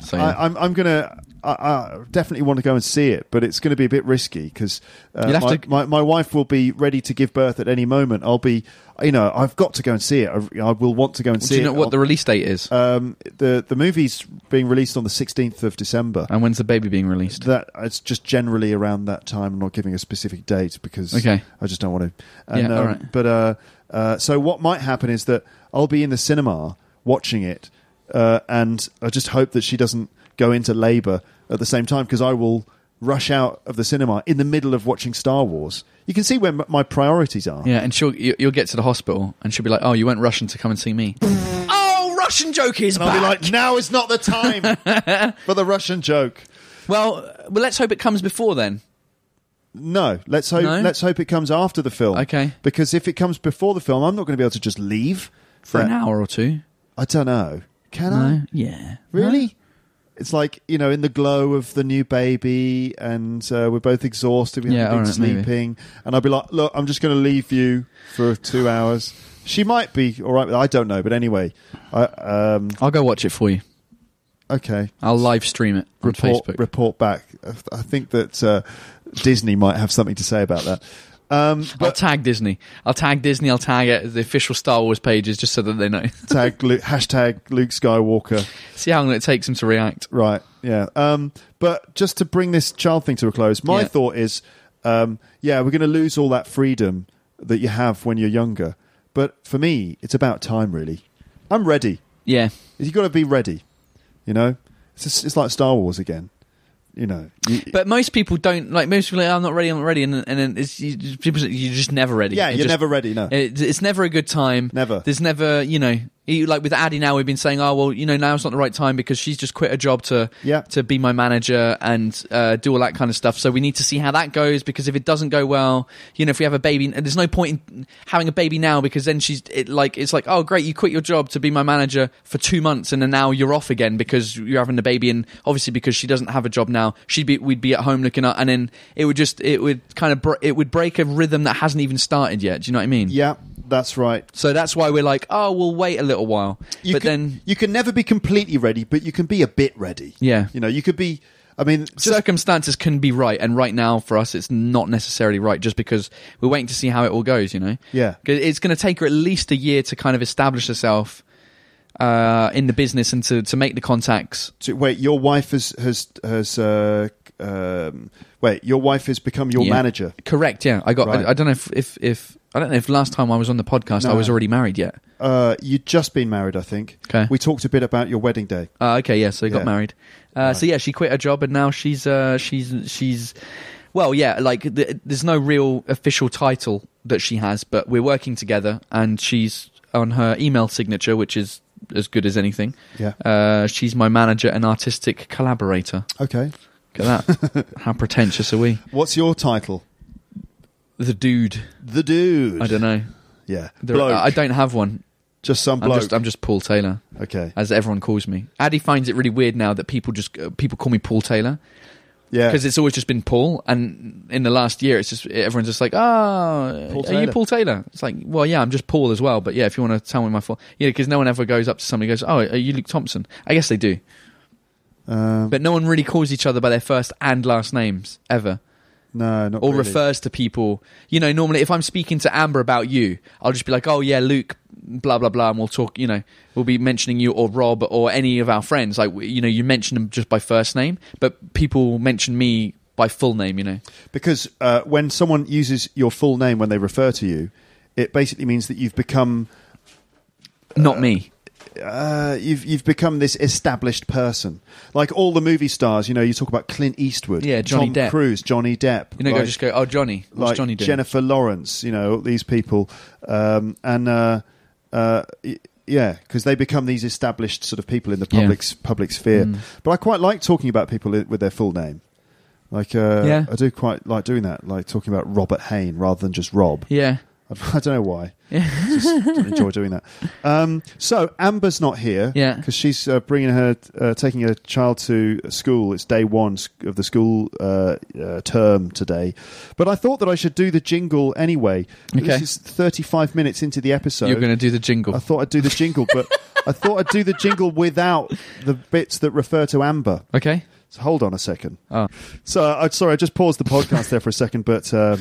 So yeah.
I, I'm, I'm gonna. I, I definitely want to go and see it, but it's going to be a bit risky because
You'll
uh,
have
my,
to-
my, my wife will be ready to give birth at any moment. I'll be, you know, I've got to go and see it. I, I will want to go and
do
see
you know
it.
what the
I'll-
release date is,
um, the the movie's being released on the 16th of December.
and when's the baby being released?
That it's just generally around that time. I'm not giving a specific date because
Okay.
I just don't want to.
Yeah, all
um,
right.
But uh, uh, so what might happen is that I'll be in the cinema watching it, uh, and I just hope that she doesn't go into labour at the same time because I will rush out of the cinema in the middle of watching Star Wars. You can see where m- my priorities are.
Yeah, and she'll you- you'll get to the hospital, and she'll be like, "Oh, you went Russian to come and see me." oh, Russian joke is
I'll be
back.
like, now is not the time for the Russian joke.
well, uh, well, let's hope it comes before then.
No, let's hope.
No?
Let's hope it comes after the film.
Okay.
because if it comes before the film, I'm not going to be able to just leave
For an
Uh,
hour or two.
I don't know. Can I?
No, yeah,
Really? It's like you know, in the glow of the new baby, and uh, we're both exhausted. We
Yeah,
haven't been
alright, maybe.
sleeping, and I'll be like, "Look, I'm just going to leave you for two hours." She might be all right. with I don't know, but anyway, I, um,
I'll go watch it for you.
okay.
I'll live stream it on
report
Facebook.
report back. I think that uh, Disney might have something to say about that. Um,
I'll
but
tag Disney. I'll tag Disney. I'll tag it the official Star Wars pages just so that they know.
tag Luke, hashtag Luke Skywalker.
See how long it takes them to react.
Right. Yeah. Um, but just to bring this child thing to a close, my
Yeah.
thought is, um, yeah, we're going to lose all that freedom that you have when you're younger. But for me, it's about time, really. I'm ready.
Yeah,
You got to be ready. You know, it's just, it's like Star Wars again. You know, You-
but most people don't like. Most people, are like, I'm not ready. I'm not ready, and, and then it's you, just- people. say, You're just never ready.
yeah, you're,
just-
never ready. No,
It, it's never a good time.
Never.
There's never, you know, you- like with Addy now, we've been saying, oh well, you know, now's not the right time because she's just quit her job to
Yeah.
to be my manager and uh, do all that kind of stuff. So we need to see how that goes because if it doesn't go well, you know, if we have a baby, and there's no point in having a baby now because then she's it, like, it's like, oh great, you quit your job to be my manager for two months and then now you're off again because you're having the baby, and obviously because she doesn't have a job now, she'd be we'd be at home looking up, and then it would just it would kind of br- it would break a rhythm that hasn't even started yet. Do you know what I mean?
yeah, that's right.
So that's why we're like, oh, we'll wait a little while.
You
but
can,
then
you can never be completely ready, but you can be a bit ready.
Yeah.
you know, you could be. I mean, just
circumstances can be right, and right now for us, it's not necessarily right, just because we're waiting to see how it all goes. You know,
Yeah.
'Cause it's going to take her at least a year to kind of establish herself uh, in the business and to to make the contacts.
So wait, your wife has has has uh, um, wait, your wife has become your
Yeah.
manager.
Correct. Yeah, I got.
Right.
I, I don't know if, if if I don't know if last time I was on the podcast, I
No.
was already married yet.
Uh, you'd just been married, I think.
'Kay.
We talked a bit about your wedding day.
Uh, okay, yeah. So they
Yeah.
got married. Uh, So yeah, she quit her job, and now she's uh, she's she's well, yeah. Like th- there's no real official title that she has, but we're working together, and she's on her email signature, which is as good as anything.
Yeah.
Uh, she's my manager and artistic collaborator.
Okay.
Look at that. How pretentious are we?
What's your title?
The dude.
The dude.
I don't know.
Yeah.
There-
bloke.
I don't have one.
just some
I'm
bloke.
just I'm just Paul Taylor.
okay.
As everyone calls me, Addy finds it really weird now that people just uh, people call me Paul Taylor.
Yeah.
because it's always just been Paul. And in the last year, it's just everyone's just like, "Ah,
Paul
are you
Taylor."
Paul Taylor?" It's like, "Well, yeah, I'm just Paul as well." But yeah, if you want to tell me my full, yeah, because no one ever goes up to somebody and goes, "Oh, are you Luke Thompson?" I guess they do,
Um,
but no one really calls each other by their first and last names ever,
no, not
or
really.
refers to people. You know, normally if I'm speaking to Amber about you, I'll just be like, "Oh yeah, Luke." Blah blah blah, and we'll talk. You know, we'll be mentioning you or Rob or any of our friends. Like you know, you mention them just by first name, but people mention me by full name. You know,
because uh, when someone uses your full name when they refer to you, it basically means that you've become
not me.
uh, you've you've become this established person. Like all the movie stars, you know, you talk about Clint Eastwood,
Yeah, Johnny
Tom
Depp.
Cruise, Johnny Depp.
You know, go
like-
just go. Oh, Johnny, what's
like
Johnny doing?
Jennifer Lawrence, you know, all these people, um, and uh, uh, y- yeah, because they become these established sort of people in the
Yeah. Mm.
public public sphere. But I quite like talking about people i- with their full name. Like, uh,
Yeah.
I do quite like doing that, like talking about Robert Hain rather than just Rob.
yeah,
I I don't know why. just enjoy doing that. Um, so Amber's not here,
Yeah.
because she's uh, bringing her, uh, taking her child to school. It's day one sc- of the school uh, uh, term today. But I thought that I should do the jingle anyway. This
Okay.
is thirty-five minutes into the episode.
you're going to do the jingle.
I thought I'd do the jingle, but I thought I'd do the jingle without the bits that refer to Amber.
okay.
So hold on a second.
Oh.
So I sorry, I just paused the podcast there for a second, but uh,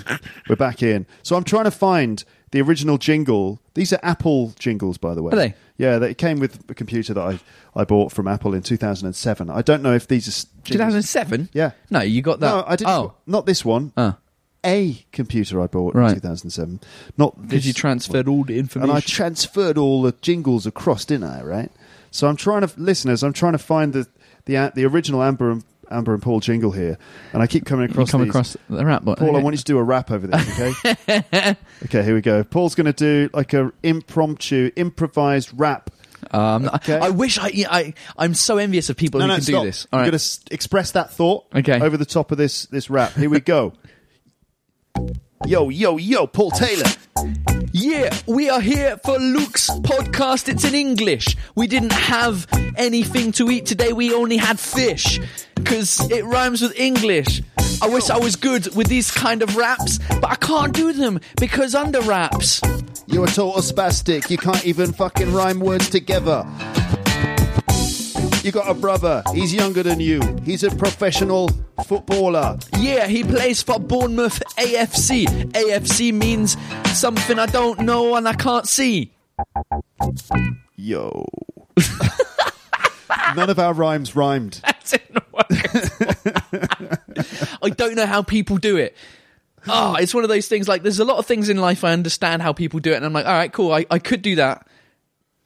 we're back in. So I'm trying to find the original jingle. These are Apple jingles, by the way.
Are they?
Yeah, they came with a computer that I, I bought from Apple in 2007. I don't know if these are s- jingles.
2007.
Yeah.
No, you got that.
No, I didn't.
Oh,
Not this one.
Oh.
a computer I bought
Right.
in 2007. Not
Because you
this
transferred all the
one. and
information.
I transferred all the jingles across, didn't I? Right. So I'm trying to listeners. I'm trying to find the the the original Amber and Amber and Paul jingle here, and I keep coming
you
across.
come
these.
across the rap bot.
Paul, I
Okay.
want you to do a rap over this, okay? okay, here we go. Paul's going to do like a impromptu, improvised rap.
Um, I-
Okay.
I wish I, yeah, I. I'm so envious of people who can do this. All
I'm
right.
going to s- express that thought
Okay.
over the top of this this rap. Here we go. yo, yo, yo, Paul Taylor.
Yeah, we are here for Luke's podcast. It's in English. We didn't have anything to eat today. We only had fish because it rhymes with English. I wish I was good with these kind of raps, but I can't do them because under wraps.
You're a total spastic. You can't even fucking rhyme words together. You got a brother. He's younger than you. He's a professional footballer.
Yeah, he plays for Bournemouth AFC. AFC means something I don't know and I can't see.
Yo. None of our rhymes rhymed.
That's in the words. I don't know how people do it. Oh, it's one of those things like there's a lot of things in life I understand how people do it, and I'm like, all right, cool, I, I could do that.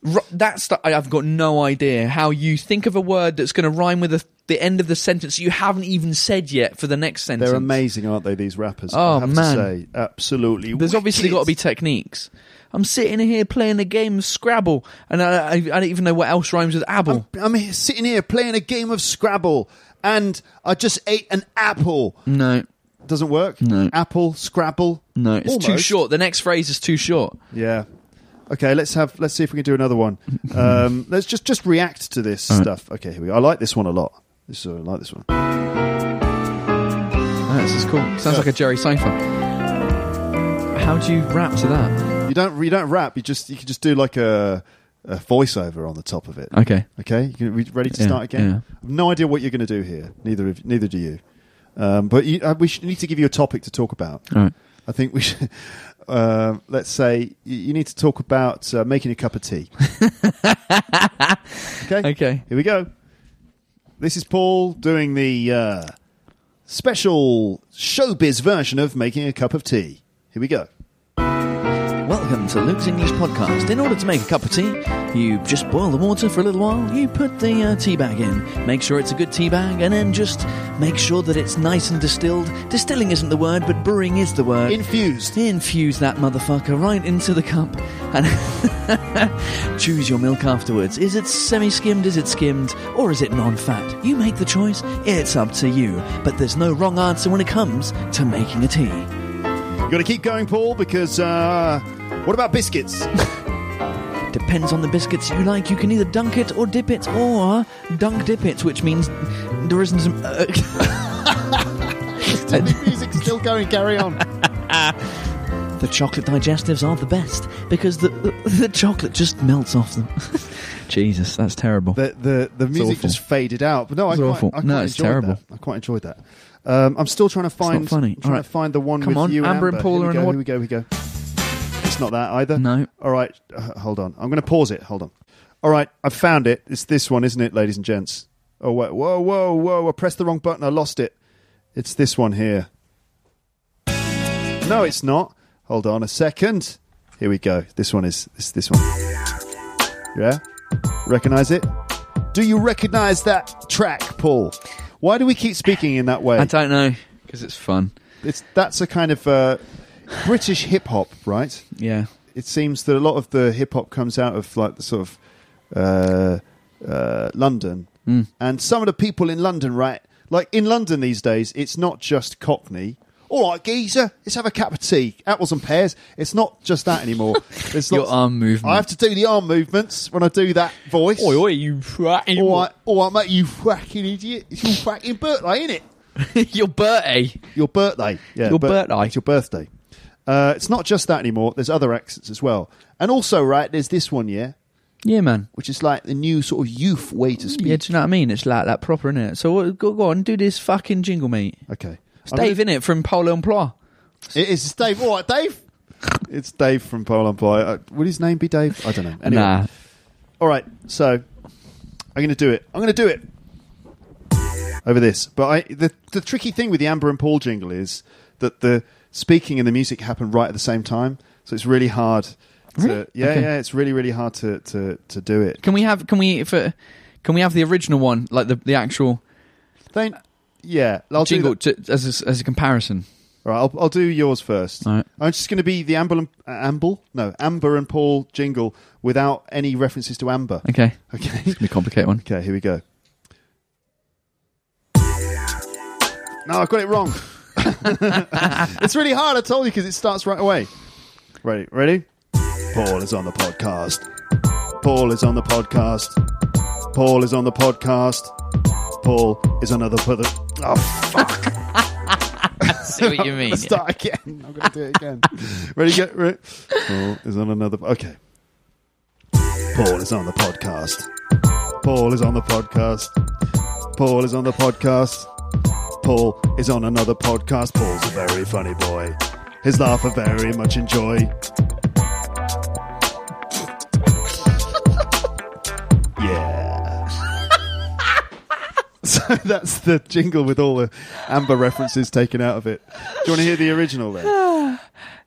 R- that stuff, I've got no idea how you think of a word that's going to rhyme with the, the end of the sentence you haven't even said yet for the next sentence.
They're amazing, aren't they? These rappers.
Oh,
I have to
man.
say, absolutely.
There's obviously
wicked.
got to be techniques. I'm sitting here playing a game of Scrabble, and I, I, I don't even know what else rhymes with apple.
I'm here, sitting here playing a game of Scrabble, and I just ate an apple.
no,
Doesn't work. No. Apple Scrabble.
no, it's too
Almost.
short. The next phrase is too short.
Yeah. Okay, let's have let's see if we can do another one. Um, let's just just react to this stuff. Okay, here we go. I like this one a lot. This is, I like this one.
Oh, this is cool. Sounds like a Jerry Seinfeld. How do you rap to that?
You don't you don't rap. You just you can just do like a, a voiceover on the top of it.
Okay.
Okay, you can, we ready to
Yeah,
start again?
yeah.
I've no idea what you're going to do here. Neither of neither do you. Um, but you, uh, we should, need to give you a topic to talk about.
All right.
I think we should. Uh, let's say you, you need to talk about uh, making a cup of tea. okay.
Okay.
Here we go. This is Paul doing the uh, special showbiz version of making a cup of tea. Here we go.
Welcome to Luke's English Podcast. In order to make a cup of tea, you just boil the water for a little while, you put the uh, tea bag in, make sure it's a good tea bag, and then just make sure that it's nice and distilled. Distilling isn't the word, but brewing is the word.
Infused.
Infuse that motherfucker right into the cup and choose your milk afterwards. Is it semi skimmed, is it skimmed, or is it non fat? You make the choice, it's up to you. But there's no wrong answer when it comes to making a tea.
You got to keep going, Paul, because uh, what about biscuits?
Depends on the biscuits you like, you can either dunk it or dip it, or dunk dip it, which means there isn't some. uh,
the music's still going. Carry on.
The chocolate digestives are the best because the, the, the chocolate just melts off them. Jesus, that's terrible.
the the, the music
awful.
just faded out. But no, I
It's
quite,
awful.
I quite
No, it's
enjoyed
terrible.
That. I quite enjoyed that. Um, I'm still trying to
not
find.
funny.
I'm trying
All right.
to find the one
Come
with
on,
you and
Amber
Amber.
and Paula
Here we go.
and what-
Here we go. Here we go. It's not that either.
No.
All right. Uh, hold on. I'm going to pause it. Hold on. All right. I've found it. It's this one, isn't it, ladies and gents? Oh wait. Whoa, whoa, whoa! I pressed the wrong button. I lost it. It's this one here. No, it's not. Hold on a second. Here we go. This one is this this one. Yeah? Recognize it? Do you recognize that track, Paul? Why do we keep speaking in that way?
don't know because it's fun.
It's that's a kind of uh, British hip hop, right?
Yeah.
It seems that a lot of the hip hop comes out of like the sort of uh, uh, London,
Mm.
and some of the people in London, right? Like in London these days, it's not just Cockney. All right, geezer, let's have a cup of tea. Apples and pears. It's not just that anymore. There's
Your
lots-
arm movement.
I have to do the arm movements when I do that voice.
Oi, oi, you fucking.
All right, all right, mate, you fucking idiot. It's your fucking birthday, isn't it?
your birthday.
Your birthday. Yeah,
Your
bir-
birthday.
It's your birthday. Uh, it's not just that anymore. There's other accents as well. And also, right, there's this one, yeah,
Yeah, man.
which is like the new sort of youth way to speak.
Yeah, do you know what I mean? It's like that proper, innit? So what- go, go on, do this fucking jingle, mate.
Okay.
It's
I'm
Dave, innit, from Polo and Ploy.
gonna- It is it's Dave. All right, Dave. it's Dave from Pole and Ply. Uh, would his name be Dave? I don't know. Anyway.
Nah.
All right, so I'm going to do it. I'm going to do it over this. But I, the the tricky thing with the Amber and Paul jingle is that the speaking and the music happen right at the same time. So it's really hard. To,
Really?
Yeah,
Okay.
yeah, it's really, really hard to, to, to do it.
Can we have? Can we? For, can we have the original one, like the the actual
They, yeah, I'll do
jingle,
that.
to, as a, as a comparison?
All right, I'll, I'll do yours first.
All right.
I'm just going to be the Amber and uh, Amble, no Amber and Paul jingle without any references to Amber.
Okay,
Okay,
it's gonna be a complicated one.
okay, here we go. No, I've got it wrong. it's really hard. I told you because it starts right away. Ready? Ready? Paul is on the podcast. Paul is on the podcast. Paul is on the podcast. Paul is another brother. Oh, fuck.
See what you mean?
Start again. I'm going to do it again. Ready? Get ready. Paul is on another. Okay. Paul is on the podcast. Paul is on the podcast. Paul is on the podcast. Paul is on another podcast. Paul's a very funny boy. His laugh I very much enjoy. yeah. so that's the jingle with all the amber references taken out of it. Do you want to hear the original then?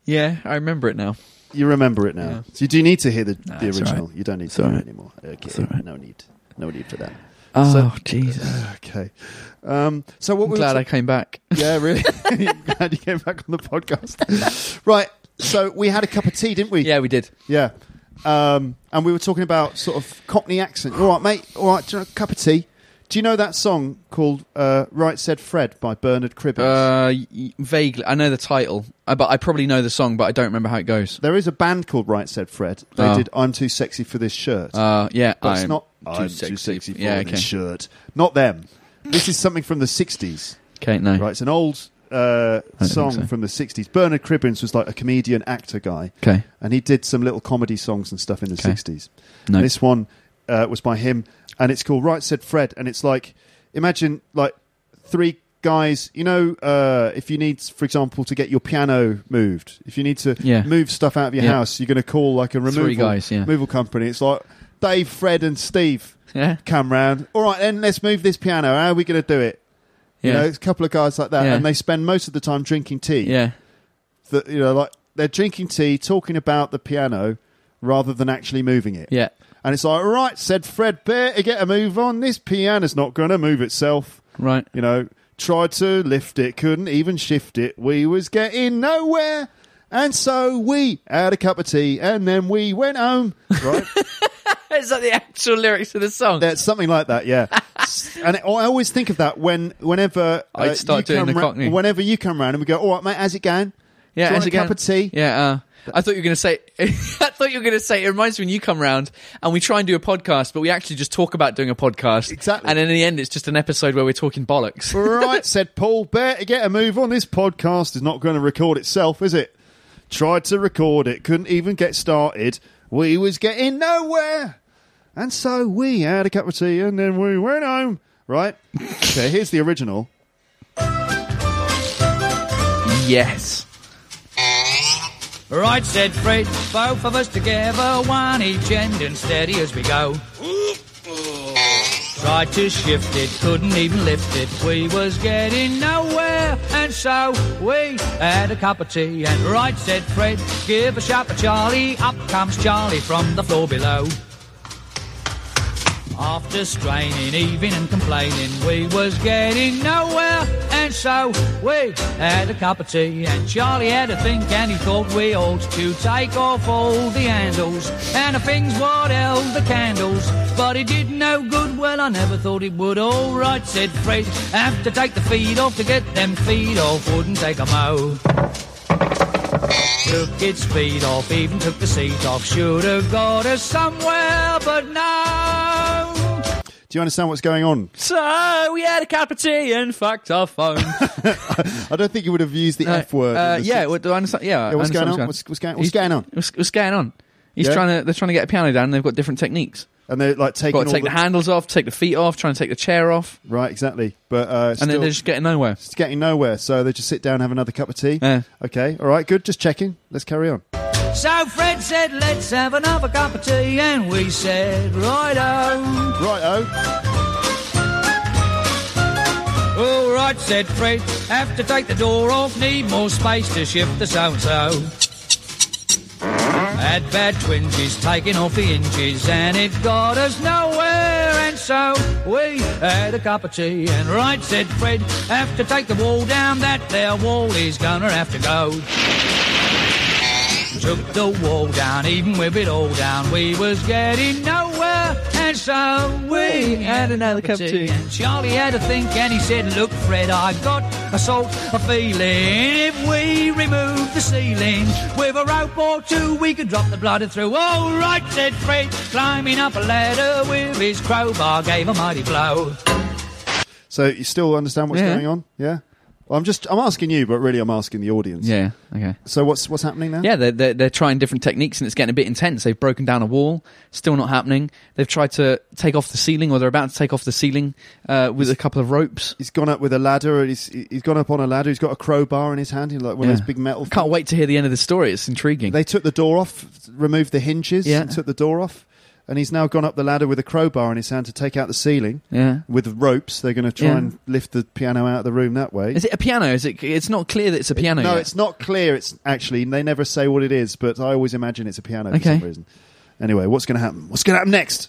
Yeah, I remember it now.
You remember it now. So you do need to hear the, the
it's
original.
alright.
You don't need
It's
to hear
alright.
it anymore. Okay.
alright.
No need. No need for that.
Oh Jesus!
Okay. Um, so what
I'm
we
glad
were
I came back.
Yeah, really. glad you came back on the podcast. right. So we had a cup of tea, didn't we?
Yeah, we did.
Yeah. Um, and we were talking about sort of Cockney accent. All right, mate. All right, do you know, cup of tea. Do you know that song called uh, "Right Said Fred" by Bernard Cribbins?
Uh, y- vaguely, I know the title, I, but I probably know the song, but I don't remember how it goes.
there is a band called Right Said Fred. They
Oh.
did "I'm Too Sexy for This Shirt."
Uh, yeah,
but it's
I'm
not
too
I'm
sexy.
too sexy for
yeah,
this
okay.
shirt. Not them. This is something from the 60s,
Okay, no.
right? It's an old uh,
think
song
so.
from the 60s. Bernard Cribbins was like a comedian actor guy,
Okay,
and he did some little comedy songs and stuff in the
Okay.
60s.
No.
This one uh, was by him, and it's called Right Said Fred, and it's like, imagine like three guys, you know, uh, if you need, for example, to get your piano moved, if you need to
Yeah.
move stuff out of your
Yeah.
house, you're going to call like a removal,
guys, yeah.
removal company. It's like Dave, Fred, and Steve
yeah,
come round. All right, then let's move this piano. How are we going to do it?
yeah,
You know, it's a couple of guys like that,
Yeah.
and they spend most of the time drinking tea.
yeah.
That you know, like they're drinking tea, talking about the piano, rather than actually moving it.
Yeah.
And it's like, all right, said Fred, better get a move on. This piano's not going to move itself.
Right.
You know, tried to lift it, couldn't even shift it. We was getting nowhere. And so we had a cup of tea and then we went home. Right?
Is that the actual lyrics of the song?
That's something like that, yeah. and I always think of that when, whenever uh,
I'd start
you
doing
come
the
ra-
Cockney.
whenever you come round and we go, all right, mate, how's it going?
yeah,
Do you
as
want a
again-
cup of tea?
Yeah, uh, I thought you were going to say. I thought you were going to say. It reminds me when you come round and we try and do a podcast, but we actually just talk about doing a podcast.
Exactly.
And then in the end, it's just an episode where we're talking bollocks.
right, said Paul, better get a move on. This podcast is not going to record itself, is it? Tried to record it, couldn't even get started. We was getting nowhere. And so we had a cup of tea and then we went home. Right? okay, here's the original.
yes.
Right, said Fred, both of us together, one each end and steady as we go. Tried to shift it, couldn't even lift it. We was getting nowhere, and so we had a cup of tea. And right, said Fred, give a shout for Charlie. Up comes Charlie from the floor below. After straining, even and complaining, we was getting nowhere, and so we had a cup of tea. And Charlie had a think, and he thought we ought to take off all the handles and the things what held the candles. But it did no good. Well, I never thought it would. All right, said Fred. Have to take the feet off to get them feet off. Wouldn't take 'em out. Took its feet off, even took the seat off. Should have got us somewhere, but no.
Do you understand what's going on?
So we had a cup of tea and fucked our phone.
I don't think you would have used the F word. in
Uh,
the
yeah,
six-
what, do I understand? Yeah,
Yeah, what's
I understand
going on? What's- what's going- what's
He's-
going on?
What's, what's going on? He's
Yeah.
trying to. They're trying to get a piano down. and They've got different techniques.
and they're like taking
Got
all
to take the, handles off, take the feet off, try and take the chair off,
Right, exactly. But uh,
and
still-
then they're just getting nowhere.
It's getting nowhere, so they just sit down, have another cup of tea.
Yeah.
Okay, all right, good. Just checking. Let's carry on.
So Fred said, let's have another cup of tea, and we said, right on.
Right, oh,
All right, said Fred. Have to take the door off. Need more space to shift the so-and-so. Had bad twinges, taking off the inches, and it got us nowhere. And so we had a cup of tea, and right said Fred, have to take the wall down. That there wall is gonna have to go. Took the wall down, even with it all down, we was getting nowhere. And so we had another cup of tea. And Charlie had a think, and he said, "Look, Fred, I've got a sort of feeling. If we remove the ceiling with a rope or two, we could drop the bladder through." All right, said Fred, climbing up a ladder with his crowbar, gave a mighty blow.
So you still understand what's
Yeah.
going on? Yeah. Well, I'm just I'm asking you, but really I'm asking the audience.
Yeah. Okay.
So what's what's happening now?
Yeah, they're, they're, they're trying different techniques and it's getting a bit intense. They've broken down a wall, still not happening. They've tried to take off the ceiling or they're about to take off the ceiling uh, with a couple of ropes.
He's gone up with a ladder. He's he's gone up on a ladder. He's got a crowbar in his hand. He's like one of
Yeah.
those big metal.
Can't wait to hear the end of the story. It's intriguing.
They took the door off, removed the hinges,
Yeah.
and took the door off, and he's now gone up the ladder with a crowbar in his hand to take out the ceiling
yeah.
with ropes. They're going to try
Yeah.
and lift the piano out of the room that way.
Is it a piano? Is it? It's not clear that it's a piano.
no,
yet.
it's not clear. It's actually they never say what it is, but I always imagine it's a piano for
Okay.
some reason. Anyway, what's going to happen? What's going to happen next?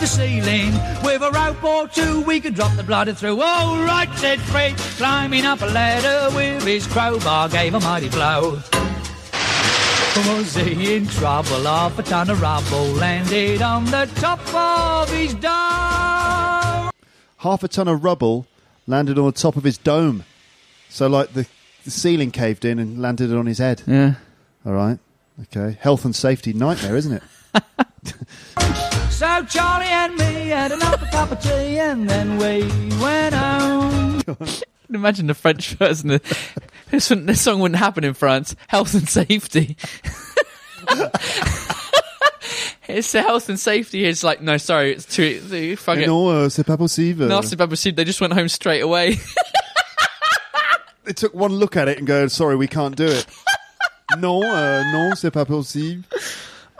the ceiling. With a rope or two, we could drop the bladder through. All right, said Fred, climbing up a ladder with his crowbar, gave a mighty blow. Was he in trouble? Half a ton of rubble landed on the top of his dome.
Half a ton of rubble landed on the top of his dome, so like the, the ceiling caved in and landed on his head.
Yeah.
All right, okay, health and safety nightmare, isn't it?
So Charlie and me had another cup of tea, and then we went home.
Imagine the French person. This, wouldn't- this song wouldn't happen in France. Health and safety. it's the health and safety. It's like no, sorry, it's too. too- Fuck it.
no, uh, c'est pas possible.
No, c'est pas possible. They just went home straight away.
they took one look at it and go, "Sorry, we can't do it." no, uh, no, c'est pas possible.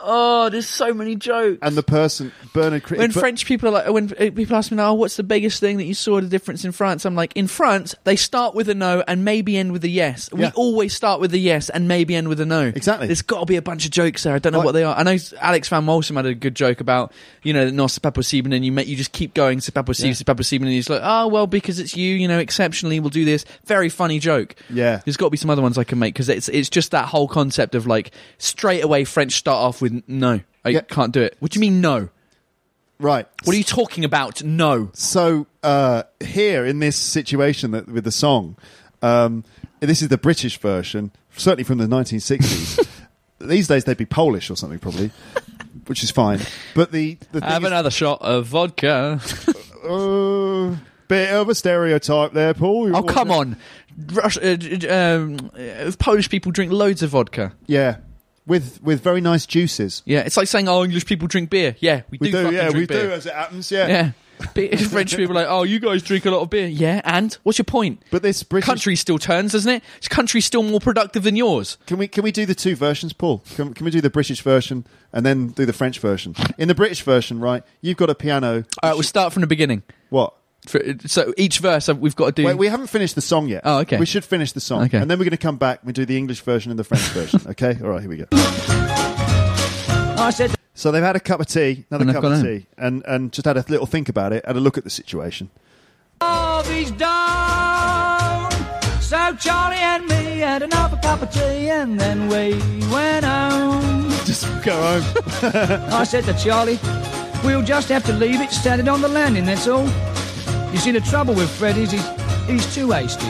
oh, there's so many jokes.
And the person Bernard Cri-
when
Ber-
French people are like, when uh, people ask me, "Oh, what's the biggest thing that you saw the difference in France?" I'm like, in France, they start with a no and maybe end with a yes. We
Yeah.
always start with a yes and maybe end with a no.
Exactly.
There's got to be a bunch of jokes there. I don't know
Like-
what they are. I know Alex Van Molsom had a good joke about, you know, no c'est pas possible, and you ma- you just keep going c'est pas possible, c'est pas possible, and he's like, oh well, because it's you, you know, exceptionally, we'll do this. Very funny joke.
Yeah.
There's got to be some other ones I can make because it's it's just that whole concept of like straight away French start off with no. I
Yeah.
can't do it. What do you mean no?
right?
What are you talking about? No.
So uh, here in this situation that with the song, um, this is the British version, certainly from the 1960s. These days they'd be Polish or something probably, which is fine. But the, the thing
Have
is-
another shot of vodka.
Uh, bit of a stereotype there, Paul.
Oh, come on. Rush, uh, j- um, uh, Polish people drink loads of vodka.
Yeah, with with very nice juices.
Yeah, it's like saying, oh, English people drink beer. Yeah, we,
We
do,
do,
fucking
yeah, we
drink beer.
do as it happens,
Yeah. Be- French people are like, oh, you guys drink a lot of beer. Yeah, and? What's your point?
But this British
Country still turns, doesn't it? This country's still more productive than yours.
Can we can we do the two versions, Paul? Can, can we do the British version and then do the French version? In the British version, right? You've got a piano.
All right, we'll start from the beginning.
What?
For, so each verse uh, we've got to do.
Wait, we haven't finished the song yet.
Oh, okay.
We should finish the song,
Okay.
and then we're going to come back. We do the English version and the French version. Okay. All right. Here we go.
Oh, I said,
So they've had a cup of tea, another
And they've
cup of
gone home.
tea, and and just had a little think about it, had a look at the situation.
of his dome. So Charlie and me had another cup of tea, and then we went home.
Just go home.
I said to Charlie, we'll just have to leave it standing on the landing, that's all. You see, the trouble with Fred is he's, he's too hasty.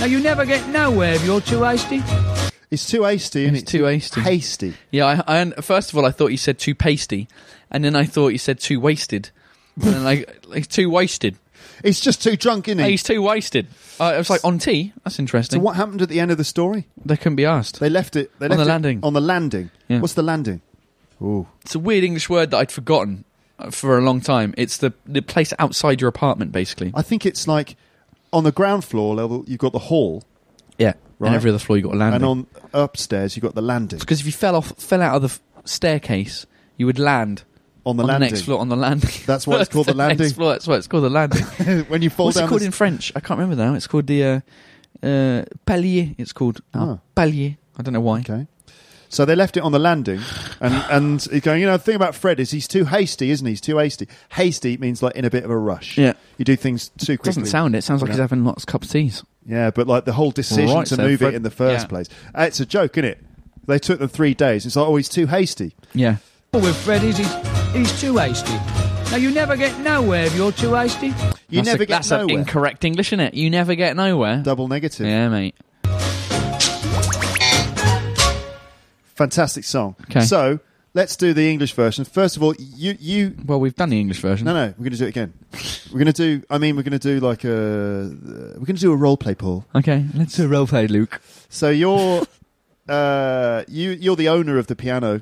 Now, you never get nowhere if you're too hasty.
It's too hasty, and
It's too hasty.
Hasty.
Yeah, I, I first of all I thought you said too pasty, and then I thought you said too wasted, and then like like too wasted.
It's just too drunk, isn't
Hey,
it?
he's too wasted. Uh, I was like on tea. That's
So
interesting.
what happened at the end of the story?
They couldn't be asked.
They left it. They
On the
left it
landing.
On the landing.
Yeah.
What's the landing? Ooh.
It's a weird English word that I'd forgotten uh, for a long time. It's the the place outside your apartment, basically.
I think it's like on the ground floor level, you've got the hall,
yeah,
Right.
and every other floor you got a landing.
and on upstairs, you've got the landing.
because if you fell off, fell out of the f- staircase, you would land
on the
on the
landing.
next floor on the landing.
That's why it's called the
next
landing.
floor, that's why it's called the landing.
when you fall
What's
down,
it called
the-
in French? I can't remember now. It's called the uh, uh, palier. It's called
Ah.
uh, palier. I don't know why.
Okay. So they left it on the landing, and and he's going. You know, the thing about Fred is he's too hasty, isn't he? He's too hasty. Hasty means like in a bit of a rush.
Yeah.
you do things too quickly.
Doesn't sound it. Sounds like
No.
he's having lots of cups of teas.
Yeah, but like the whole decision
Right,
to
so
move
Fred-
it in the first
yeah.
place. Uh, It's a joke, isn't it? They took them three days. It's like, oh, he's too hasty.
Yeah.
Oh, With Fred, is he's, he's too hasty. Now, you never get nowhere if you're too hasty.
You
that's
never
a,
get
that's
nowhere.
an incorrect English, isn't it? You never get nowhere.
Double negative.
Yeah, mate.
Fantastic song.
Okay.
So let's do the English version. First of all, you you
Well, we've done the English version.
no no, we're going to do it again. We're going to do. I mean, we're going to do like a we're going to do a role play, Paul.
Okay, let's do a role play, Luke.
So you're uh, you you're the owner of the piano.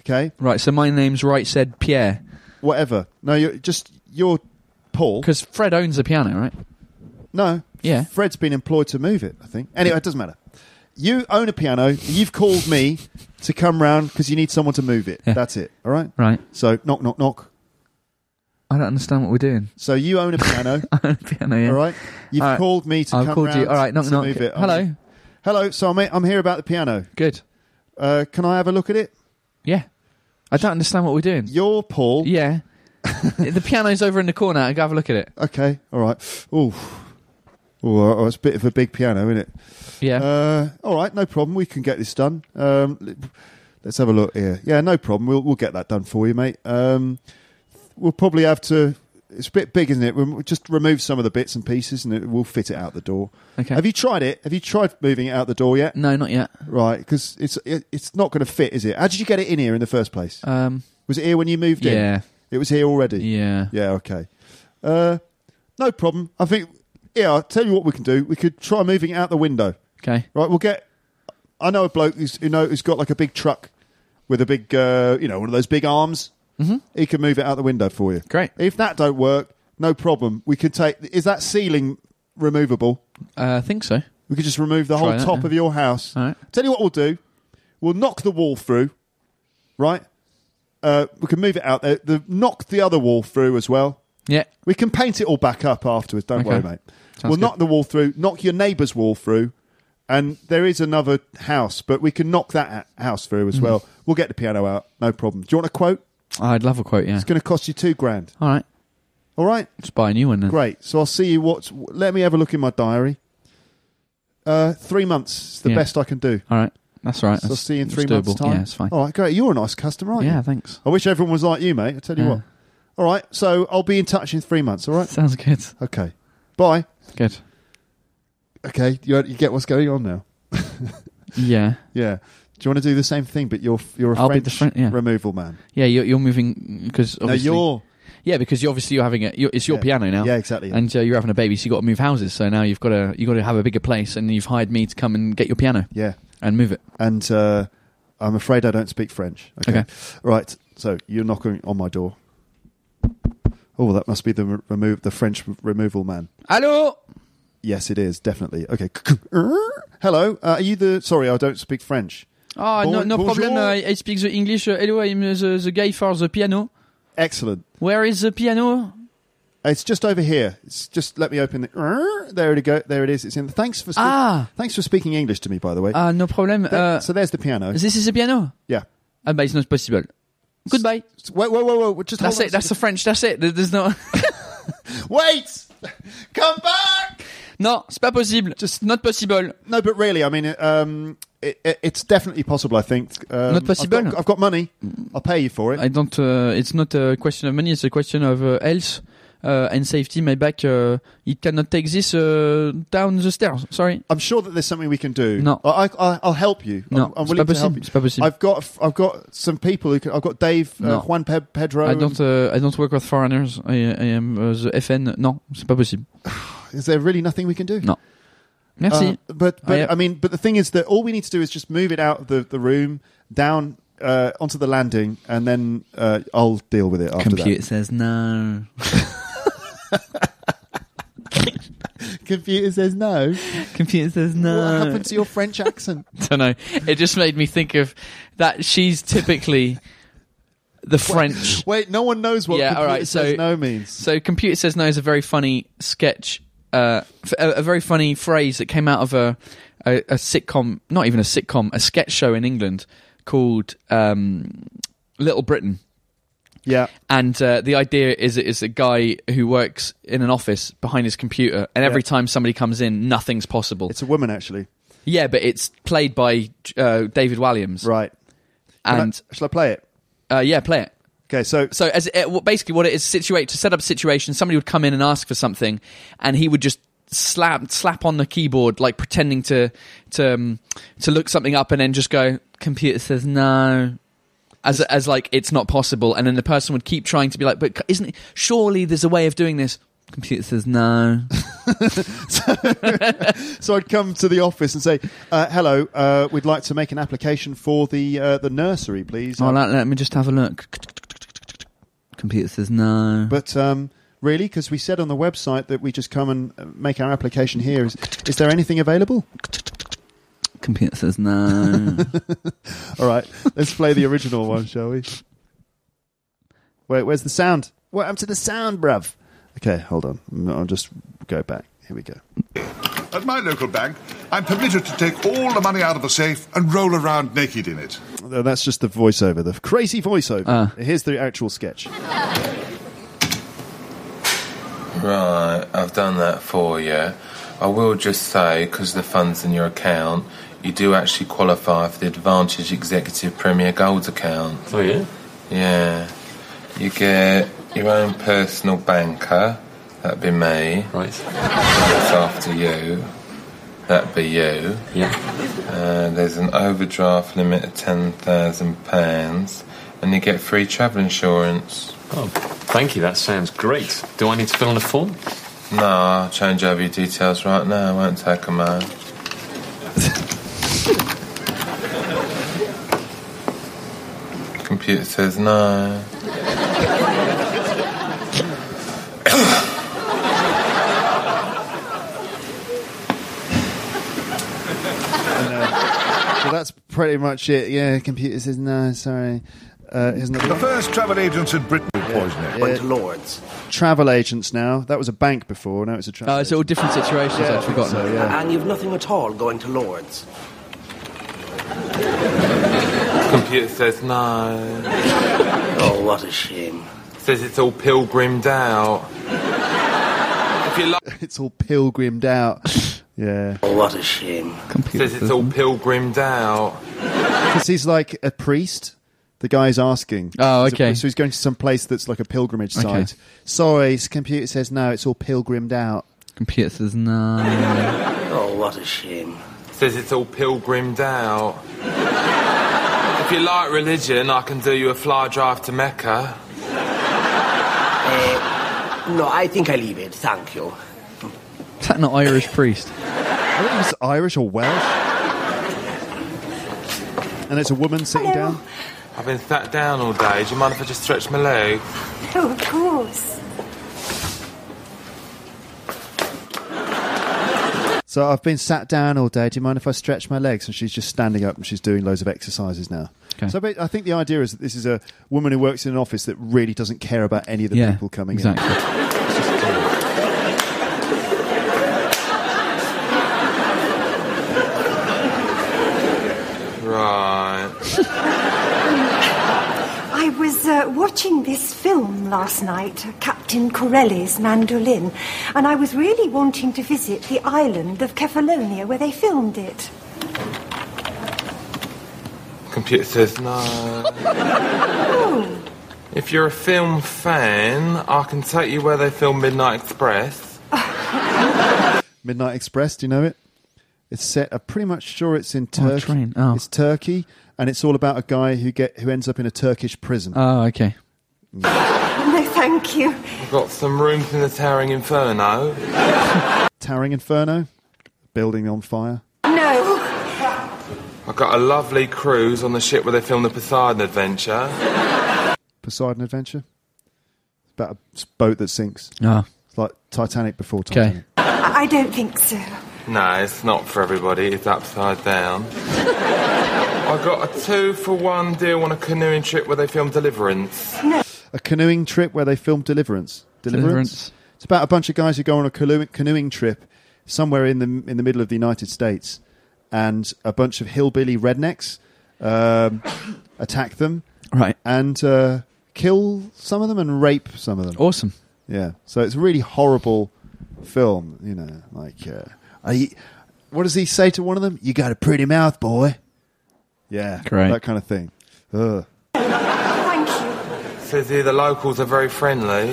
Okay,
Right. So my name's right said Pierre
whatever. No, you're just you're Paul.
because Fred owns the piano, right?
No,
Yeah.
Fred's been employed to move it. I think. Anyway, it doesn't matter. You own a piano. You've called me to come round because you need someone to move it.
Yeah.
That's it. All right.
Right.
So knock knock knock.
I don't understand what we're doing.
So you own a piano.
piano. Yeah.
all right. You've
All right.
called me to
I've
come
called
round
you. All right. Knock
to
knock.
move it.
Hello.
Hello. So I'm I'm here about the piano.
Good.
Uh, can I have a look at it?
Yeah. I don't understand what we're doing.
You're Paul.
Yeah. the piano's over in the corner. Go have a look at it.
Okay, all right. Ooh. Ooh, oh, it's a bit of a big piano, isn't it?
Yeah.
Uh, all right, no problem. We can get this done. Um, l- let's have a look here. Yeah, no problem. We'll we'll get that done for you, mate. Um, we'll probably have to. It's a bit big, isn't it? We'll just remove some of the bits and pieces, and it, we'll fit it out the door.
Okay. Mm.
Have you tried it? Have you tried moving it out the door yet?
no, not yet.
Right, because it's it, it's not going to fit, is it? How did you get it in here in the first place?
Um.
was it here when you moved in?
Yeah.
It was here already.
Yeah.
Yeah, okay. Uh, no problem. I think, yeah, I'll tell you what we can do. We could try moving it out the window.
Okay.
Right, we'll get. I know a bloke who's, who know, who's got like a big truck with a big, uh, you know, one of those big arms. Mm-hmm. He can move it out the window for you.
Great.
If that don't work, no problem. We could take. Is that ceiling removable?
Uh, I think so.
We could just remove the
Try
whole
that,
top
yeah.
of your house.
All right.
Tell you what we'll do. We'll knock the wall through, right? Uh, we can move it out there. The, knock the other wall through as well.
Yeah.
We can paint it all back up afterwards. Don't
Okay.
worry, mate. we'll
good.
knock the wall through, knock your neighbour's wall through, and there is another house, but we can knock that a- house through
Mm.
as well. We'll get the piano out, no problem. Do you want a quote?
Oh, I'd love a quote. Yeah.
It's going to cost you two grand.
All right.
All right,
Just buy a new one then.
great. So I'll see you. What? Let me have a look in my diary. Uh, three months is the
Yeah.
best I can do.
All right. That's all right.
So I'll
That's-
see you in
that's
three months'
doable.
time.
Yeah, it's fine.
All right, great. You're a nice customer, aren't you?
yeah. Thanks.
I wish everyone was like you, mate. I tell you
Yeah.
what. All right, so I'll be in touch in three months. All right.
Sounds good.
Okay. Bye.
Good.
Okay, you, you get what's going on now.
Yeah.
Yeah. Do you want to do the same thing, but you're you're a
I'll be
French
the Fren- yeah.
removal man?
Yeah. You're, you're moving because obviously.
No, you're
Yeah, because you obviously you're having a. You're, it's your
Yeah.
piano now.
Yeah, exactly.
And uh, you're having a baby, so you got to move houses. So now you've got to you got to have a bigger place, and you've hired me to come and get your piano
yeah,
and move it.
and uh, I'm afraid I don't speak French. Okay.
Okay.
Right. So you're knocking on my door. Oh, that must be the re- remove the French removal man.
Hello.
Yes, it is definitely. Okay. Hello. Uh, are you the? Sorry, I don't speak French.
Oh,
Bon-
no, no
bonjour.
problem. I, I speak the English. Uh, hello, I'm uh, the, the guy for the piano.
Excellent.
Where is the piano?
It's just over here. It's just let me open the. There it go. There it is. It's in. Thanks for. Spe-
Ah.
Thanks for speaking English to me, by the way.
Ah, no problem.
There-
Uh,
so there's the piano.
this is the piano.
yeah.
Ah, but it's not possible. Goodbye.
Wait, wait, wait, wait. Just
That's
hold
it. That's the French. That's it. There- There's no.
wait. Come back.
no, c'est pas possible. Just not possible.
No, but really, I mean, it, um, it, it, it's definitely possible. I think. Um,
Not possible.
I've got, I've got money. I'll pay you for it.
I don't. Uh, it's not a question of money. It's a question of uh, health uh, and safety. My back. Uh, it cannot take this uh, down the stairs. Sorry.
I'm sure that there's something we can do.
No.
I, I, I'll help you.
No,
I'm, I'm
it's
willing
pas
to help
possible.
you.
It's pas possible.
I've got, I've got some people who can, I've got Dave, uh,
No.
Juan Pe- Pedro.
I don't. Uh, I don't work with foreigners. I, I am uh, the FN. Non, c'est pas possible.
Is there really nothing we can do?
No. Merci.
Uh, but but
I-
I, mean, but the thing is that all we need to do is just move it out of the, the room down uh, onto the landing, and then uh, I'll deal with it after
Computer says no.
that. Computer says no.
Computer says no.
What happened to your French accent?
I don't know. It just made me think of that. She's typically the French.
Wait, no one knows what
yeah, all
computer
right. So
says no means.
So computer says no is a very funny sketch, uh, f- a, a very funny phrase that came out of a, a a sitcom, not even a sitcom, a sketch show in England called um, Little Britain.
Yeah.
And uh, the idea is it is a guy who works in an office behind his computer, and every
Yeah.
time somebody comes in, nothing's possible.
It's a woman, actually.
yeah, but it's played by uh, David Walliams.
Right. Can
And
I, shall I play it?
uh, yeah, play it.
Okay, so,
So as uh, well, basically, what it is situate to set up a situation, somebody would come in and ask for something, and he would just slap slap on the keyboard like pretending to to um, to look something up, and then just go, "Computer says no." As, as like it's not possible, and then the person would keep trying to be like, but c- isn't it, surely there's a way of doing this? Computer says no.
so I'd come to the office and say, uh, "Hello, uh, we'd like to make an application for the uh, the nursery, please."
oh, let, let me just have a look. Computer says no.
But um, really, because we said on the website that we just come and uh, make our application here. Is, is there anything available?
Computer says no.
All right, let's play the original one, shall we? Wait, where's the sound? What happened to the sound, bruv? Okay, hold on. I'll just go back. Here we go.
At my local bank, I'm permitted to take all the money out of a safe and roll around naked in it.
Uh, That's just the voiceover, the crazy voiceover.
Uh.
Here's the actual sketch.
Right, I've done that for you. I will just say, because the funds in your account, you do actually qualify for the Advantage Executive Premier Gold account.
Oh yeah.
Yeah. You get your own personal banker, that'd be me,
Right.
that's after you, that'd be you.
Yeah.
Uh, there's an overdraft limit of £10,000, and you get free travel insurance.
Oh, thank you. That sounds great. Do I need to fill in a form?
No, I'll change over your details right now, I won't take a moment. Computer says no.
So that's pretty much it. Yeah, computer says no. Sorry, uh, isn't
The
it?
first travel agents in Britain who poisoned it.
Went to Lords. Travel agents now. That was a bank before. Now it's a travel.
Oh, it's all different situations.
Yeah, I
I've
think
forgotten.
so, yeah.
And you've nothing at all going to Lord's.
Computer says no.
Oh, what a shame.
Says it's all pilgrimed out. If you like,
It's all pilgrimed out. Yeah,
Oh, what a shame.
Computer
says it's all pilgrimed out.
because he's like a priest. The guy's asking.
Oh,
He's a
okay.
priest, So he's going to some place that's like a pilgrimage site.
Okay.
Sorry, his computer says no. It's all pilgrimed out.
Computer says no.
Oh, what a shame.
Says it's all pilgrimed out. If you like religion, I can do you a fly drive to Mecca.
No, I think I leave it. Thank you.
Is that not Irish priest?
I think it was Irish or Welsh. And it's a woman sitting down.
I've been sat down all day. Do you mind if I just stretch my leg?
Oh, of course.
So I've been sat down all day. Do you mind if I stretch my legs? And she's just standing up and she's doing loads of exercises now.
Okay.
So ba- I think the idea is that this is a woman who works in an office that really doesn't care about any of the people coming
exactly.
Right.
I was uh, watching this film last night, uh, Captain Corelli's Mandolin, and I was really wanting to visit the island of Kefalonia where they filmed it.
Computer says no.
Oh,
If you're a film fan, I can take you where they film Midnight Express.
in. Midnight Express, do you know it? It's set. I'm pretty much sure it's in
Oh, a
Turkey.
train. Oh.
It's Turkey, and it's all about a guy who get who ends up in a Turkish prison.
Oh, okay.
no, thank you.
We've got some rooms in the Towering Inferno.
Towering Inferno, building on fire.
No.
I've got a lovely cruise on the ship where they film the Poseidon Adventure.
Poseidon Adventure. About a boat that sinks.
Oh,
It's like Titanic before Titanic.
okay.
I I don't think so.
No, it's not for everybody. It's upside down. I got a two for one deal on a canoeing trip where they filmed Deliverance.
A canoeing trip where they filmed Deliverance. Deliverance.
Deliverance.
It's about a bunch of guys who go on a canoe- canoeing trip somewhere in the in the middle of the United States, and a bunch of hillbilly rednecks um, attack them
Right.
and uh, kill some of them and rape some of them.
Awesome.
Yeah. So it's a really horrible film, you know. Like, uh, I, what does he say to one of them? You got a pretty mouth, boy. Yeah.
Great.
That kind of thing. Ugh.
Thank you.
Says here the locals are very friendly.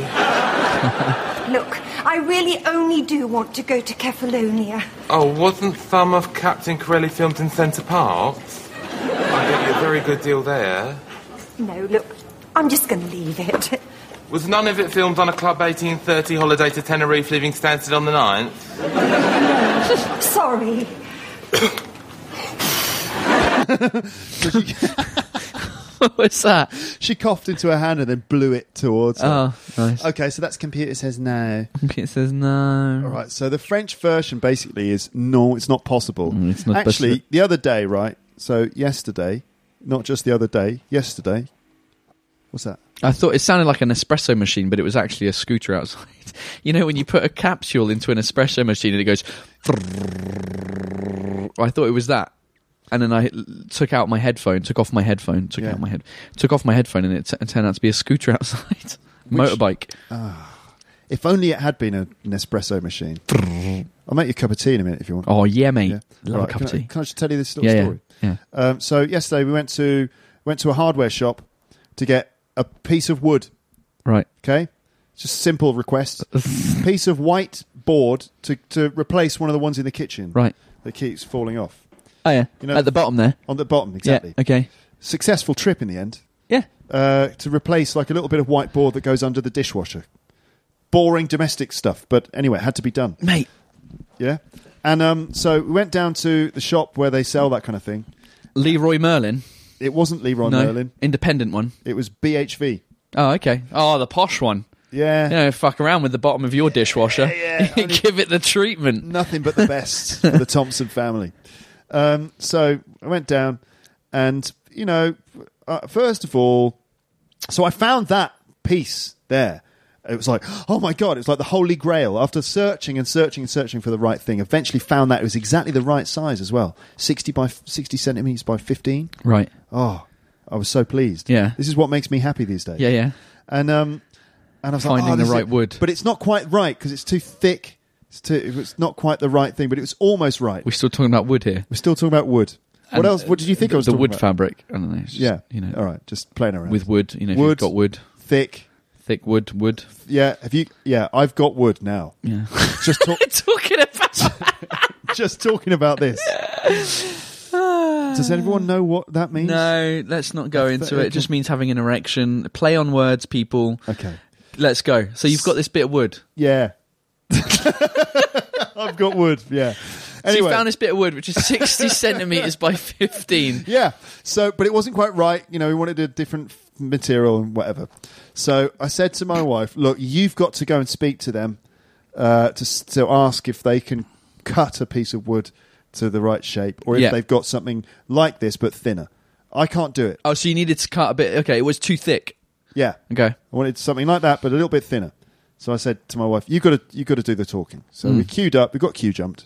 Look, I really only do want to go to Kefalonia.
Oh, wasn't some of Captain Corelli filmed in Centre Parks? I get you a very good deal there.
No, look, I'm just going to leave it.
Was none of it filmed on a Club 1830 holiday to Tenerife, leaving Stansted on the 9th?
Sorry.
What's that?
She coughed into her hand and then blew it towards her.
Oh, nice.
Okay, so that's computer says no.
It says no.
All right, so the French version basically is no, it's not possible.
Mm, it's not
Actually,
possible.
the other day, right? So yesterday, not just the other day, yesterday. What's that?
I thought it sounded like an espresso machine, but it was actually a scooter outside. You know, when you put a capsule into an espresso machine and it goes. I thought it was that. And then I l- took out my headphone, took off my headphone, took
Yeah.
out my head, took off my headphone, and it t- turned out to be a scooter outside, motorbike.
If only it had been a, an espresso machine. I'll make you a cup of tea in a minute if you want.
Oh yeah, mate,
Yeah.
love
Right,
a cup of
can I-
tea.
can I just tell you this little
Yeah, yeah,
story?
yeah.
Um, so yesterday we went to went to a hardware shop to get a piece of wood.
Right,
Okay, just simple request: piece of white board to to replace one of the ones in the kitchen
right.
that keeps falling off
Oh yeah,
You know-
at the bottom there.
on the bottom. Exactly.
Yeah. Okay.
Successful trip in the end
Yeah.
uh, to replace like a little bit of white board that goes under the dishwasher. Boring domestic stuff, but anyway, it had to be done.
Mate,
Yeah. And um, so we went down to the shop where they sell that kind of thing.
Leroy Merlin.
It wasn't Leroy
no,
Merlin.
independent one.
It was BHV.
Oh, okay. Oh, the posh one.
Yeah.
You know, fuck around with the bottom of your dishwasher. Give it the treatment.
Nothing but the best for the Thompson family. Um, so I went down and, you know, uh, first of all, so I found that piece there. It was like, oh my God, it's like the Holy Grail. After searching and searching and searching for the right thing, eventually found that it was exactly the right size as well 60 by 60 centimeters by 15.
Right.
Oh, I was so pleased.
Yeah.
This is what makes me happy these days.
Yeah, yeah.
and um, and I was like,
Finding
oh,
the
this is
right
it.
wood.
but it's not quite right because it's too thick. It's too, it's not quite the right thing, but it was almost right.
We're still talking about wood here.
We're still talking about wood. What
And,
else? What did you think I
the,
was
The
talking
wood
about?
fabric. I don't know. It's just,
Yeah,
You know,
all right, just playing around
with wood. You know, if
Wood.
you've got wood,
thick.
thick wood, wood.
Yeah, have you? Yeah, I've got wood now.
Yeah.
Just talk,
talking about.
just talking about this. Does everyone know what that means?
No, let's not go into it. It just means having an erection. Play on words, people.
Okay.
Let's go. So you've got this bit of wood.
Yeah. I've got wood. Yeah.
So
Anyway.
you found this bit of wood, which is 60 centimetres by 15.
Yeah. So, but it wasn't quite right. You know, we wanted a different f- material and whatever. So I said to my wife, "Look, you've got to go and speak to them uh, to s- to ask if they can cut a piece of wood to the right shape, or if
Yeah.
they've got something like this but thinner. I can't do it.
Oh, so you needed to cut a bit. Okay, it was too thick.
Yeah.
Okay.
I wanted something like that, but a little bit thinner. So I said to my wife, "You got to, you got to do the talking." So
Hmm.
we queued up. We got queue jumped.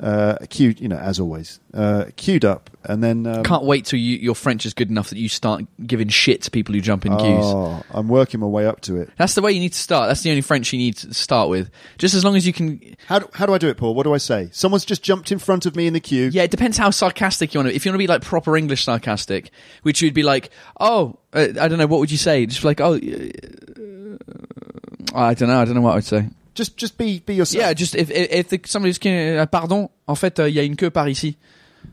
Uh, queued, you know, as always, uh, queued up, and then um,
Can't wait till you, your French is good enough that you start giving shit to people who jump in queues.
Oh, I'm working my way up to it.
That's the way you need to start. That's the only French you need to start with. Just as long as you can.
How do, how do I do it, Paul? What do I say? Someone's just jumped in front of me in the queue.
Yeah, it depends how sarcastic you want to. If you want to be like proper English sarcastic, which you'd be like, oh, uh, I don't know, what would you say? Just like, oh, uh, I don't know, I don't know what I would say.
Just just be be yourself.
Yeah, just if if, if somebody's uh, pardon, en fait, uh, il y a une queue par ici.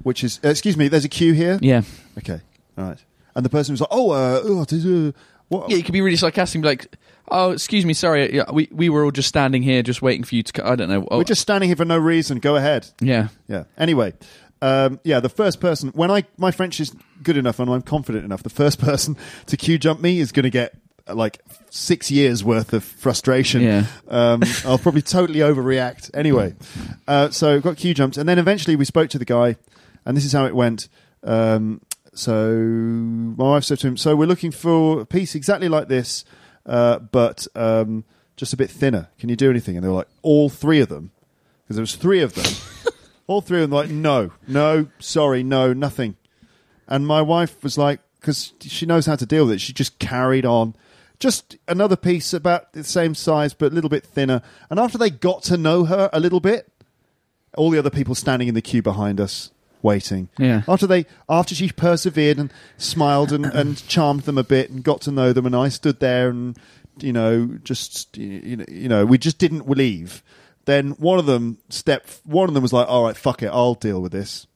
Which is uh, excuse me. There's a queue here.
Yeah.
Okay. All right. And the person was like, oh, uh, oh, this, uh, what?
Yeah, you could be really sarcastic and be like, oh, excuse me, sorry, yeah, we, we were all just standing here just waiting for you to, co- I don't know. Oh,
We're just standing here for no reason. Go ahead.
yeah.
Yeah. Anyway, um, yeah. The first person when I my French is good enough and I'm confident enough, the first person to queue jump me is going to get uh, like six years worth of frustration.
Yeah.
Um, I'll probably totally overreact. Anyway, uh, so got queue jumped, and then eventually we spoke to the guy, and this is how it went. Um, So my wife said to him, "So we're looking for a piece exactly like this, uh, but um, just a bit thinner. Can you do anything?" And they were like, "All three of them," because there was three of them. all three of them were like, "No, no, sorry, no, nothing." And my wife was like, because she knows how to deal with it, she just carried on. Just another piece about the same size, but a little bit thinner. And after they got to know her a little bit, all the other people standing in the queue behind us waiting.
Yeah.
After they after she persevered and smiled and, and charmed them a bit and got to know them and I stood there and you know just you know, you know we just didn't leave. Then one of them stepped one of them was like all right fuck it I'll deal with this.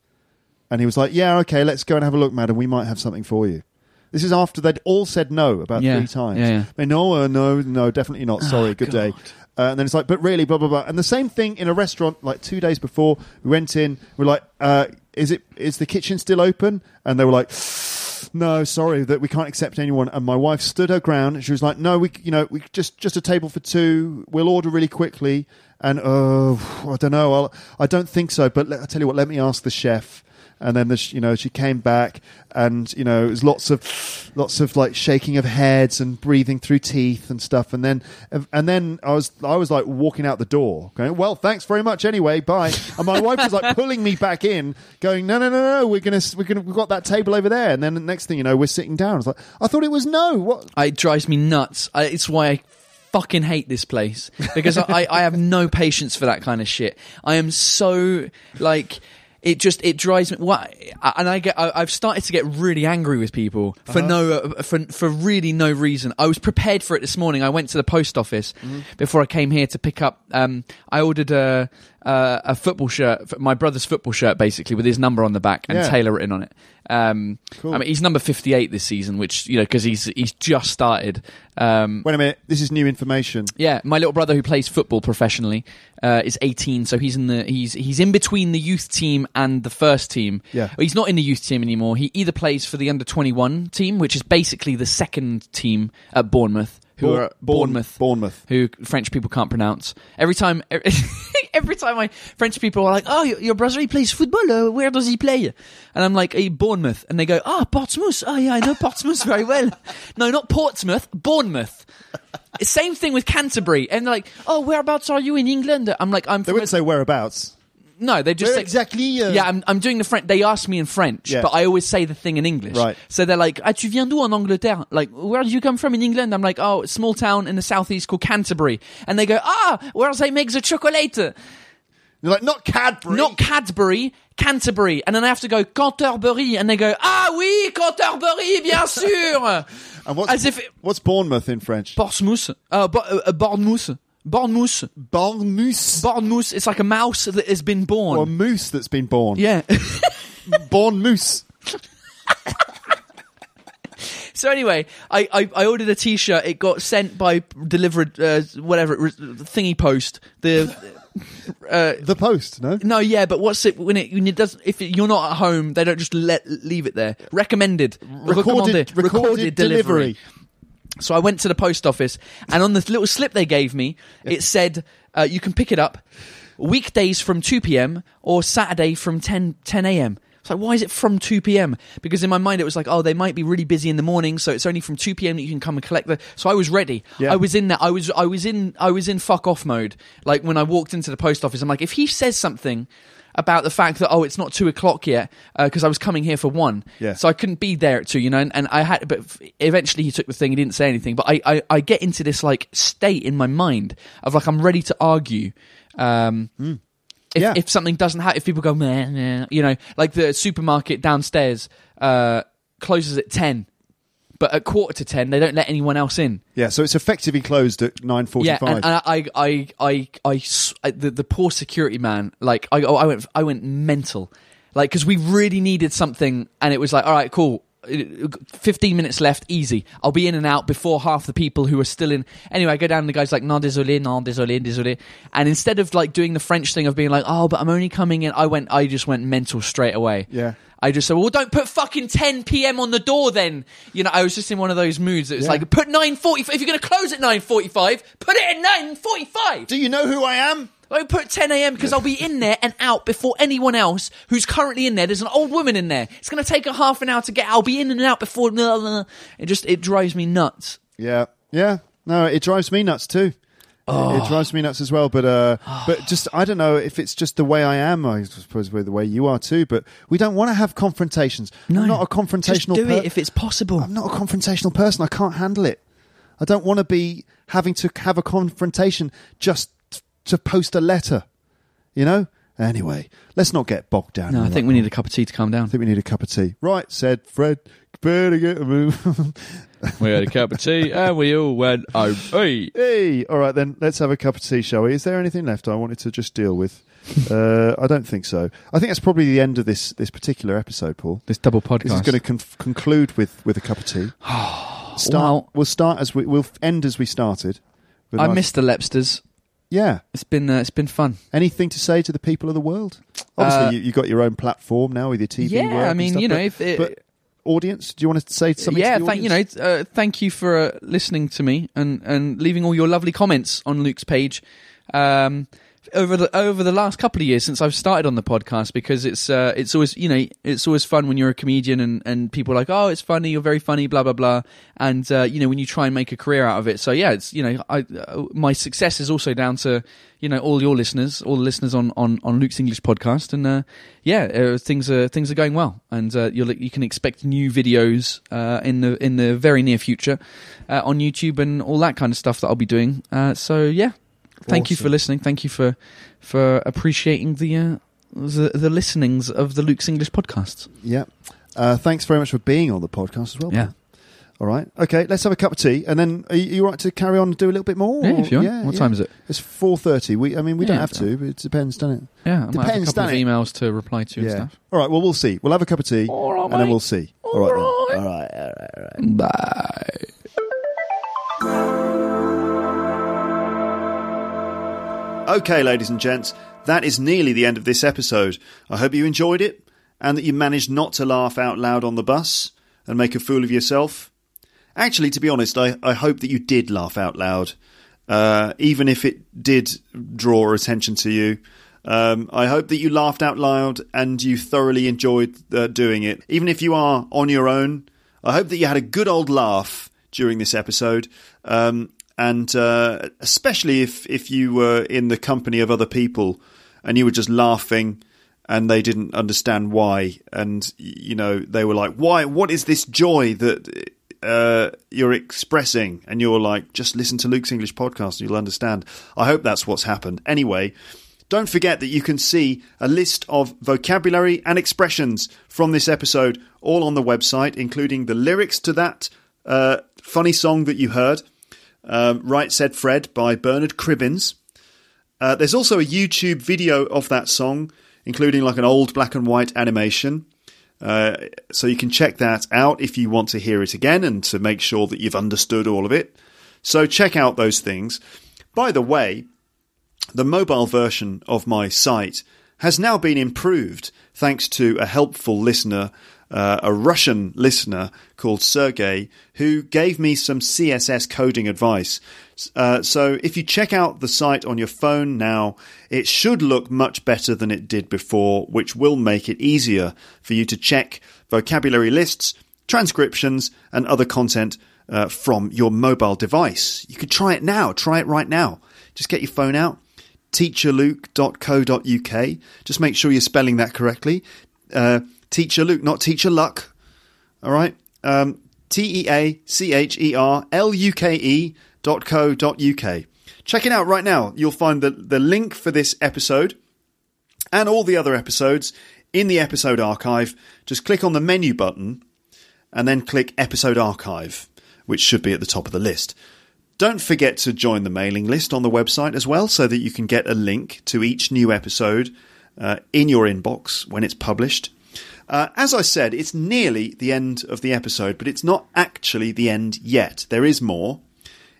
And he was like yeah okay let's go and have a look madam we might have something for you. This is after they'd all said no about
Yeah.
three times.
Yeah, yeah.
They no, uh, no, no, definitely not. Sorry,
Oh,
good
God.
day. Uh, and then it's like, but really, blah blah blah. And the same thing in a restaurant. Like two days before, we went in. We're like, uh, is it is the kitchen still open? And they were like, no, sorry, that we can't accept anyone. And my wife stood her ground. And she was like, no, we, you know, we just just a table for two. We'll order really quickly. And oh, I don't know. I'll, I don't think so. But let, I tell you what, let me ask the chef and then the, sh- you know she came back and you know it was lots of lots of like shaking of heads and breathing through teeth and stuff and then and then I was I was like walking out the door going well thanks very much anyway bye and my wife was like pulling me back in going no no no no we're going to we're going to we've got that table over there and then the next thing you know we're sitting down I was like I thought it was no what
I- It drives me nuts. I, it's why I fucking hate this place because I, I, I have no patience for that kind of shit. I am so like. It just it drives me. What and I get. I, I've started to get really angry with people for no uh, for for really no reason. I was prepared for it this morning. I went to the post office before I came here to pick up. Um, I ordered a uh, a football shirt, f- my brother's football shirt, basically with his number on the back and
Yeah.
Taylor written on it. Um, I mean, he's number fifty-eight this season, which you know because he's he's just started. Um,
wait a minute this is new information
yeah, my little brother who plays football professionally uh, is 18, so he's in the he's he's in between the youth team and the first team.
Yeah.
Well, he's not in the youth team anymore. He either plays for the under 21 team, which is basically the second team at Bournemouth, who
Bour-
are
Bourne-
Bournemouth,
Bournemouth.
who French people can't pronounce. Every time, every time I French people are like, "Oh, your, your brother he plays football. Uh, where does he play?" And I'm like, hey, "Bournemouth," and they go, "Ah, Portsmouth. Oh yeah, I know Portsmouth very well. No, not Portsmouth, Bournemouth." Same thing with Canterbury, and they're like, "Oh, whereabouts are you in England?" I'm like, "I'm
they
from
wouldn't say whereabouts
no, they just
Where
say,
exactly, uh,
yeah, I'm, I'm doing the French. They asked me in French,
Yeah.
but I always say the thing in English.
Right.
So they're like, "Ah, tu viens d'où en Angleterre? Like, where do you come from in England?" I'm like, "Oh, a small town in the southeast called Canterbury." And they go, "Ah, where else they make the chocolate?
you're like not Cadbury
Not Cadbury." Canterbury, and then I have to go Canterbury, and they go, Ah oui, Canterbury, bien sûr!
and what's,
as if it-
what's Bournemouth in French
Portsmouth, uh, Bo- uh, Bournemouth, Bournemouth,
Bournemouth
Bournemouth, it's like a mouse that has been born.
or a moose that's been born
yeah.
born moose.
So anyway, I, I, I ordered a T-shirt. It got sent by delivered uh, whatever re- thingy post. The
The post, no?
no, yeah, but what's it when it, when it does? If it, you're not at home, they don't just let leave it there. Recommended,
Recorded, recorded,
Recommanded.
delivery.
So I went to the post office, and on the little slip they gave me, it said uh, you can pick it up weekdays from 2 p.m. or Saturday from 10 10 a.m. It's like, why is it from 2 p.m.? Because in my mind it was like, oh, they might be really busy in the morning, so it's only from 2 p.m. that you can come and collect the. So I was ready.
Yeah.
I was in that. I was I was in I was in fuck off mode. Like when I walked into the post office, I'm like, if he says something about the fact that oh, it's not two o'clock yet because I was coming here for one,
Yeah.
so I couldn't be there at two, you know, and, and I had, but f- eventually he took the thing, he didn't say anything, but I, I, I get into this like state in my mind of like, I'm ready to argue. Um, if,
Yeah.
if something doesn't happen, if people go, meh, meh, you know, like the supermarket downstairs, uh, closes at 10, but at quarter to 10, they don't let anyone else in.
Yeah, so it's effectively closed at 9.45.
Yeah, and, and I, I, I, I, s- I- the, the poor security man. Like, I, I went, I went mental. Like, because we really needed something, and it was like, all right, cool. uh, Fifteen minutes left, easy. I'll be in and out before half the people who are still in. Anyway, I go down. and The guy's like, "Non désolé, non désolé, désolé." And instead of like doing the French thing of being like, "Oh, but I'm only coming in," I went, I just went mental straight away.
Yeah.
I just said, well, don't put fucking 10 p.m. on the door then. You know, I was just in one of those moods that was
Yeah.
like, put 9.45. If you're going to close at 9.45, put it at 9.45.
Do you know who I am?
I put 10 a.m. because I'll be in there and out before anyone else who's currently in there. There's an old woman in there. It's going to take a half an hour to get. I'll be in and out before. Blah, blah. It just it drives me nuts.
Yeah, yeah. No, it drives me nuts too. It,
Oh.
it drives me nuts as well. But uh, but just I don't know if it's just the way I am. I suppose with the way you are too. But we don't want to have confrontations. I'm not a
Just
confrontational.
do
per-
it if it's possible.
I'm not a confrontational person. I can't handle it. I don't want to be having to have a confrontation just t- to post a letter. You know. Anyway, let's not get bogged down.
no,
in
I
that.
think we need a cup of tea to calm down.
I think we need a cup of tea. Right, said Fred. Better get a move.
we had a cup of tea and we all went, oh, hey.
Hey, all right then. Let's have a cup of tea, shall we? Is there anything left I wanted to just deal with? uh, I don't think so. I think that's probably the end of this this particular episode, Paul.
This double podcast.
This is going to con- conclude with with a cup of tea. start.
Well-
we'll start as we we'll end as we started. With
I
nice-
missed the Lepsters.
Yeah.
It's been uh, it's been fun.
Anything to say to the people of the world? Obviously,
Uh,
you, you got your own platform now with your TV. work
Yeah, I
and
mean,
stuff,
you know,
but-
if it-
but audience, do you want to say something?
yeah,
to the
thank you know,
audience?
it's, uh, thank you for uh, listening to me and and leaving all your lovely comments on Luke's page. Um, over the over the last couple of years since I've started on the podcast because it's uh, it's always you know it's always fun when you're a comedian and, and people are like oh it's funny you're very funny blah blah blah and uh, you know when you try and make a career out of it so yeah it's you know I uh, my success is also down to you know all your listeners all the listeners on on, on Luke's English podcast and uh, yeah uh, things are things are going well and uh, you'll, you can expect new videos uh, in the in the very near future uh, on YouTube and all that kind of stuff that I'll be doing uh, so yeah thank you for
Awesome.
listening. Thank you for for appreciating the uh, the, the listenings of the Luke's English podcast.
Yeah. Uh, thanks very much for being on the podcast as well.
Yeah.
Paul. All right. Okay. Let's have a cup of tea, and then are you, you all right to carry on and do a little bit more?
Yeah,
or-
if you want. what
yeah.
time is it?
It's four thirty. We. I mean, we don't
Yeah,
have to. But it depends, doesn't it?
Yeah, I might have a
Depends,
couple of
doesn't it?
emails to reply to and stuff.
All right. Well, we'll see. We'll have a cup of tea, and then we'll see. All right. then. All right. All right.
Bye.
Okay, ladies and gents, that is nearly the end of this episode. I hope you enjoyed it and that you managed not to laugh out loud on the bus and make a fool of yourself. Actually, to be honest, I, I hope that you did laugh out loud, uh, even if it did draw attention to you. Um, I hope that you laughed out loud and you thoroughly enjoyed uh, doing it. Even if you are on your own, I hope that you had a good old laugh during this episode. Um, and uh, especially if, if you were in the company of other people and you were just laughing and they didn't understand why. And, y- you know, they were like, why? What is this joy that uh, you're expressing? And you're like, just listen to Luke's English podcast and you'll understand. I hope that's what's happened. Anyway, don't forget that you can see a list of vocabulary and expressions from this episode all on the website, including the lyrics to that uh, funny song that you heard, um, Right Said Fred by Bernard Cribbins. Uh, there's also a YouTube video of that song, including like an old black and white animation. Uh, so you can check that out if you want to hear it again and to make sure that you've understood all of it. So check out those things. By the way, the mobile version of my site has now been improved thanks to a helpful listener, uh, a Russian listener called Sergey, who gave me some CSS coding advice. S- Uh, so if you check out the site on your phone now, it should look much better than it did before, which will make it easier for you to check vocabulary lists, transcriptions, and other content uh, from your mobile device. You can try it now. Try it right now. Just get your phone out, teacherluke.co.uk. Just make sure you're spelling that correctly. Uh, teacher Luke, not teacher luck. All right. Um, T E A C H E R L U K E dot co dot UK. Check it out right now. You'll find the, the link for this episode and all the other episodes in the episode archive. Just click on the menu button and then click Episode Archive, which should be at the top of the list. Don't forget to join the mailing list on the website as well, so that you can get a link to each new episode uh, in your inbox when it's published. Uh, as I said, it's nearly the end of the episode, but it's not actually the end yet. There is more.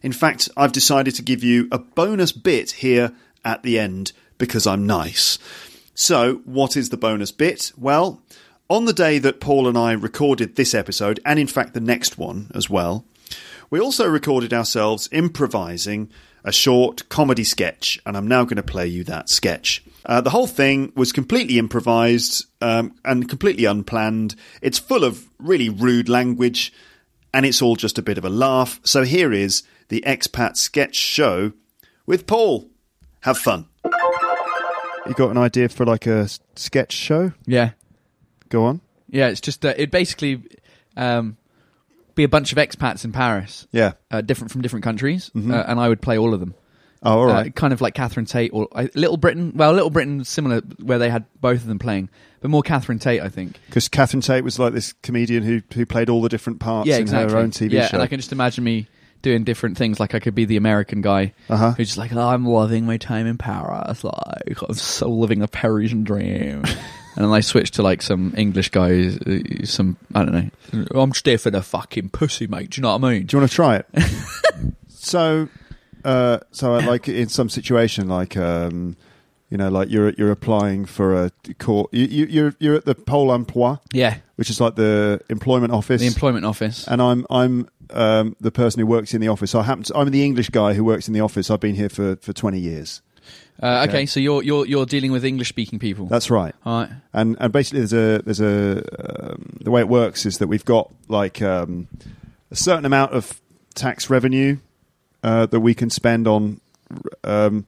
In fact, I've decided to give you a bonus bit here at the end because I'm nice. So, what is the bonus bit? Well, on the day that Paul and I recorded this episode, and in fact the next one as well, we also recorded ourselves improvising
a short comedy sketch, and I'm now going to play you that sketch. Uh, the whole thing was completely improvised um, and completely unplanned. It's full of really rude language, and it's all just a bit of a laugh. So here is the expat sketch show with Paul. Have fun.
You got an idea for like a s- sketch show?
Yeah.
Go on.
Yeah, it's just uh, it basically um, be a bunch of expats in Paris.
Yeah.
uh, different from different countries,
Mhm.
uh, and I would play all of them.
Oh, all right.
Uh, kind of like Catherine Tate or uh, Little Britain. Well, Little Britain similar where they had both of them playing, but more Catherine Tate, I think.
Because Uh, Catherine Tate was like this comedian who who played all the different parts
yeah,
in
exactly.
her own TV
yeah,
show.
and I can just imagine me doing different things. Like I could be the American guy
Uh-huh.
who's just like, oh, I'm loving my time in Paris. Like I'm so living a Parisian dream. And then I switch to like some English guy, who's, uh, some I don't know. I'm stiffing a fucking pussy, mate. Do you know what I mean?
Do you want to try it? so, uh, so uh, like in some situation, like um, you know, like you're you're applying for a court. You, you you're you're at the Pôle Emploi,
Yeah,
which is like the employment office.
the employment office.
and I'm I'm um, the person who works in the office. I happen to, I'm the English guy who works in the office. I've been here for, for 20 years.
Uh, okay.
Okay.
so you're you're you're dealing with English speaking people.
That's right.
All right.
and and basically there's a there's a um, the way it works is that we've got like um, a certain amount of tax revenue uh, that we can spend on um,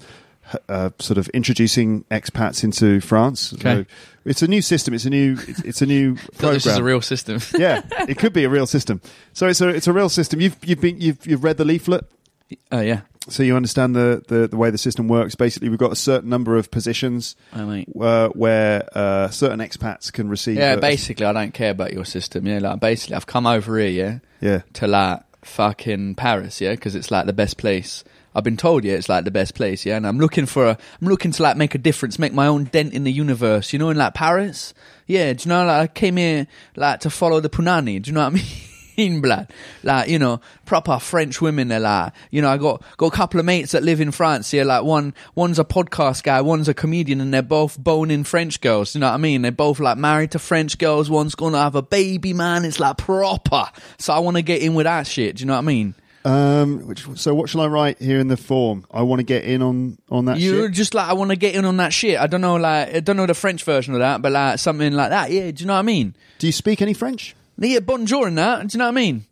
h- uh, sort of introducing expats into France.
Okay.
it's a new system. It's a new it's, it's a new
Thought
program.
this is a real system.
yeah, it could be a real system. So it's a it's a real system. You've you've been you've you've read the leaflet.
Oh yeah.
So you understand the, the, the way the system works. Basically, we've got a certain number of positions
Oh, mate.
uh, where uh, certain expats can receive.
Yeah,
a-
basically, I don't care about your system. Yeah, like basically, I've come over here, yeah,
Yeah.
to like fucking Paris, yeah, because it's like the best place. I've been told, yeah, it's like the best place, yeah, and I'm looking for a, I'm looking to like make a difference, make my own dent in the universe, you know, in like Paris. Yeah, do you know, like I came here like to follow the punani. Do you know what I mean? blood like you know proper french women they're like you know i got got a couple of mates that live in france here like one one's a podcast guy one's a comedian and they're both boning french girls you know what i mean they're both like married to french girls one's gonna have a baby man it's like proper so i want to get in with that shit do you know what i mean
Um, which, so what shall I write here in the form? I want to get in on on that.
you
shit.
just like I want to get in on that shit. I don't know, like I don't know the French version of that, but like something like that. Yeah, do you know what I mean?
Do you speak any French?
Yeah, bonjour and that. Do you know what I mean?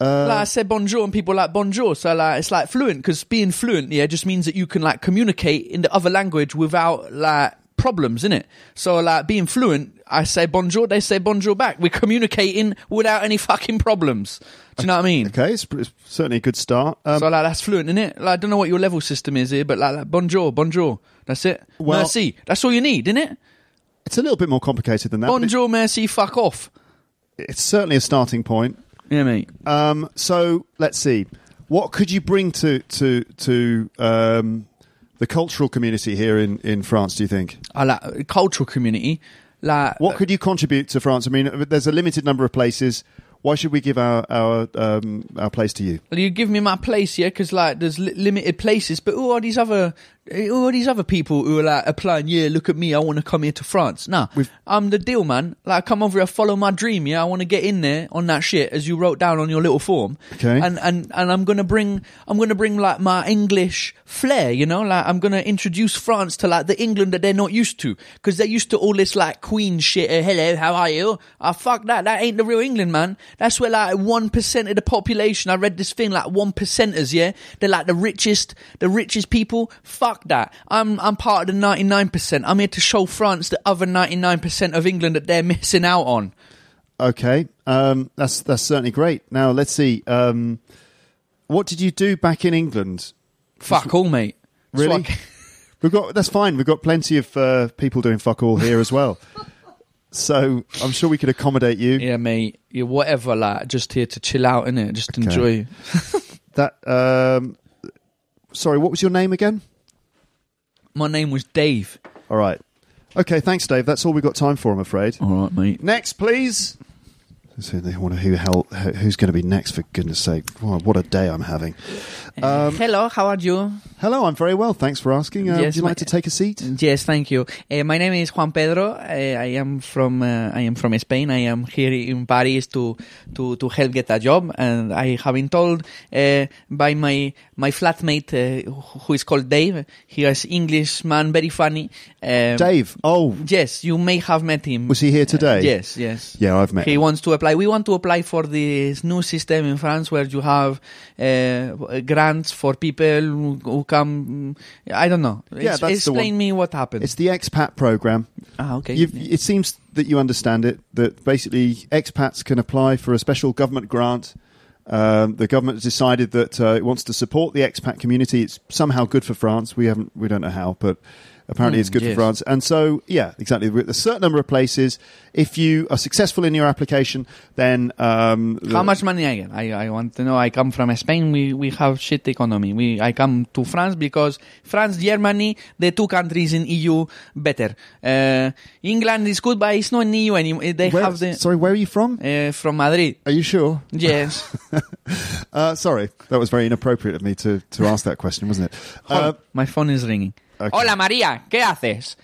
Uh,
like I said bonjour and people like bonjour, so like it's like fluent because being fluent, yeah, just means that you can like communicate in the other language without like problems in it. So like being fluent, I say bonjour, they say bonjour back. We're communicating without any fucking problems. Do you know what I mean?
Okay, it's, it's certainly a good start. Um,
so like that's fluent in it. Like, I don't know what your level system is here, but like, like bonjour, bonjour. That's it.
Well-
merci. That's all you need, isn't it?
it's a little bit more complicated than that. but
Bonjour, merci, fuck off.
it- it's certainly a starting point.
Yeah, mate.
Um, so let's see. What could you bring to to to um, the cultural community here in, in France? Do you think?
I like cultural community. Like
What could you contribute to France? I mean, there's a limited number of places. Why should we give our our um, our place to you?
Well, you give me my place, yeah, because like there's li- limited places. But who are these other, who are these other people who are like applying? Yeah, look at me, I want to come here to France. Nah, I'm the deal, man. Like, I come over here, follow my dream. Yeah, I want to get in there on that shit as you wrote down on your little form.
Okay.
and and and I'm gonna bring, I'm gonna bring like my English flair, you know, like I'm gonna introduce France to like the England that they're not used to, because they're used to all this like Queen shit. uh, Hello, how are you? Ah, fuck that. That ain't the real England, man. That's where like one percent of the population. I read this thing like one percenters. Yeah, they're like the richest, the richest people. Fuck that. I'm I'm part of the ninety nine percent. I'm here to show France the other ninety nine percent of England that they're missing out on.
Okay, um, that's that's certainly great. Now let's see. Um, what did you do back in England?
Fuck all, mate. That's
Really?
what I-
We've got that's fine. We've got plenty of uh, people doing fuck all here as well. so I'm sure we could accommodate you.
Yeah, mate. Yeah, whatever. Like, just here to chill out, innit? Just enjoy.
That. Um, sorry, what was your name again?
My name was Dave.
All right. Okay, thanks, Dave. That's all we've got time for, I'm afraid.
All right, mate.
Next, please. So they wonder who hell, who- who's going to be next. For goodness' sake, wow, what a day I'm having. Um,
Hello, how are you?
hello, I'm very well. Thanks for asking. Uh,
Yes,
would you
my- Um,
like to take a seat?
Yes, thank you. Uh, my name is Juan Pedro. Uh, I am from uh, I am from Spain. I am here in Paris to to to help get a job, and I have been told uh, by my my flatmate uh, who- who is called Dave. He is Englishman, very funny. Um,
Dave. Oh,
Yes, you may have met him. Uh,
was he here today?
Yes, yes.
Yeah, I've met
He
him.
wants to apply. We want to apply for this new system in France where you have uh, grants for people who who come. I don't know.
Yeah, that's
Ex-
the
Explain
one.
me what happened.
It's the expat program.
ah, okay.
You've, It seems that you understand it. That basically expats can apply for a special government grant. Um, the government has decided that uh, it wants to support the expat community. It's somehow good for France. We haven't, we don't know how, but apparently
Hmm,
it's good
yes.
for France. And so, yeah, exactly. With a certain number of places, if you are successful in your application, then um,
How
the-
much money I get? I, I want to know. I come from Spain. We, we have shit economy. We I come to France because France, Germany, the two countries in EU better. Uh, England is good, but it's not in EU anymore. They
Where,
have the
sorry, where are you from?
uh, from Madrid.
Are you sure?
Yes.
Uh, sorry, that was very inappropriate of me to, to ask that question, wasn't it? Uh,
My phone is ringing.
Okay.
Hola María, ¿qué haces?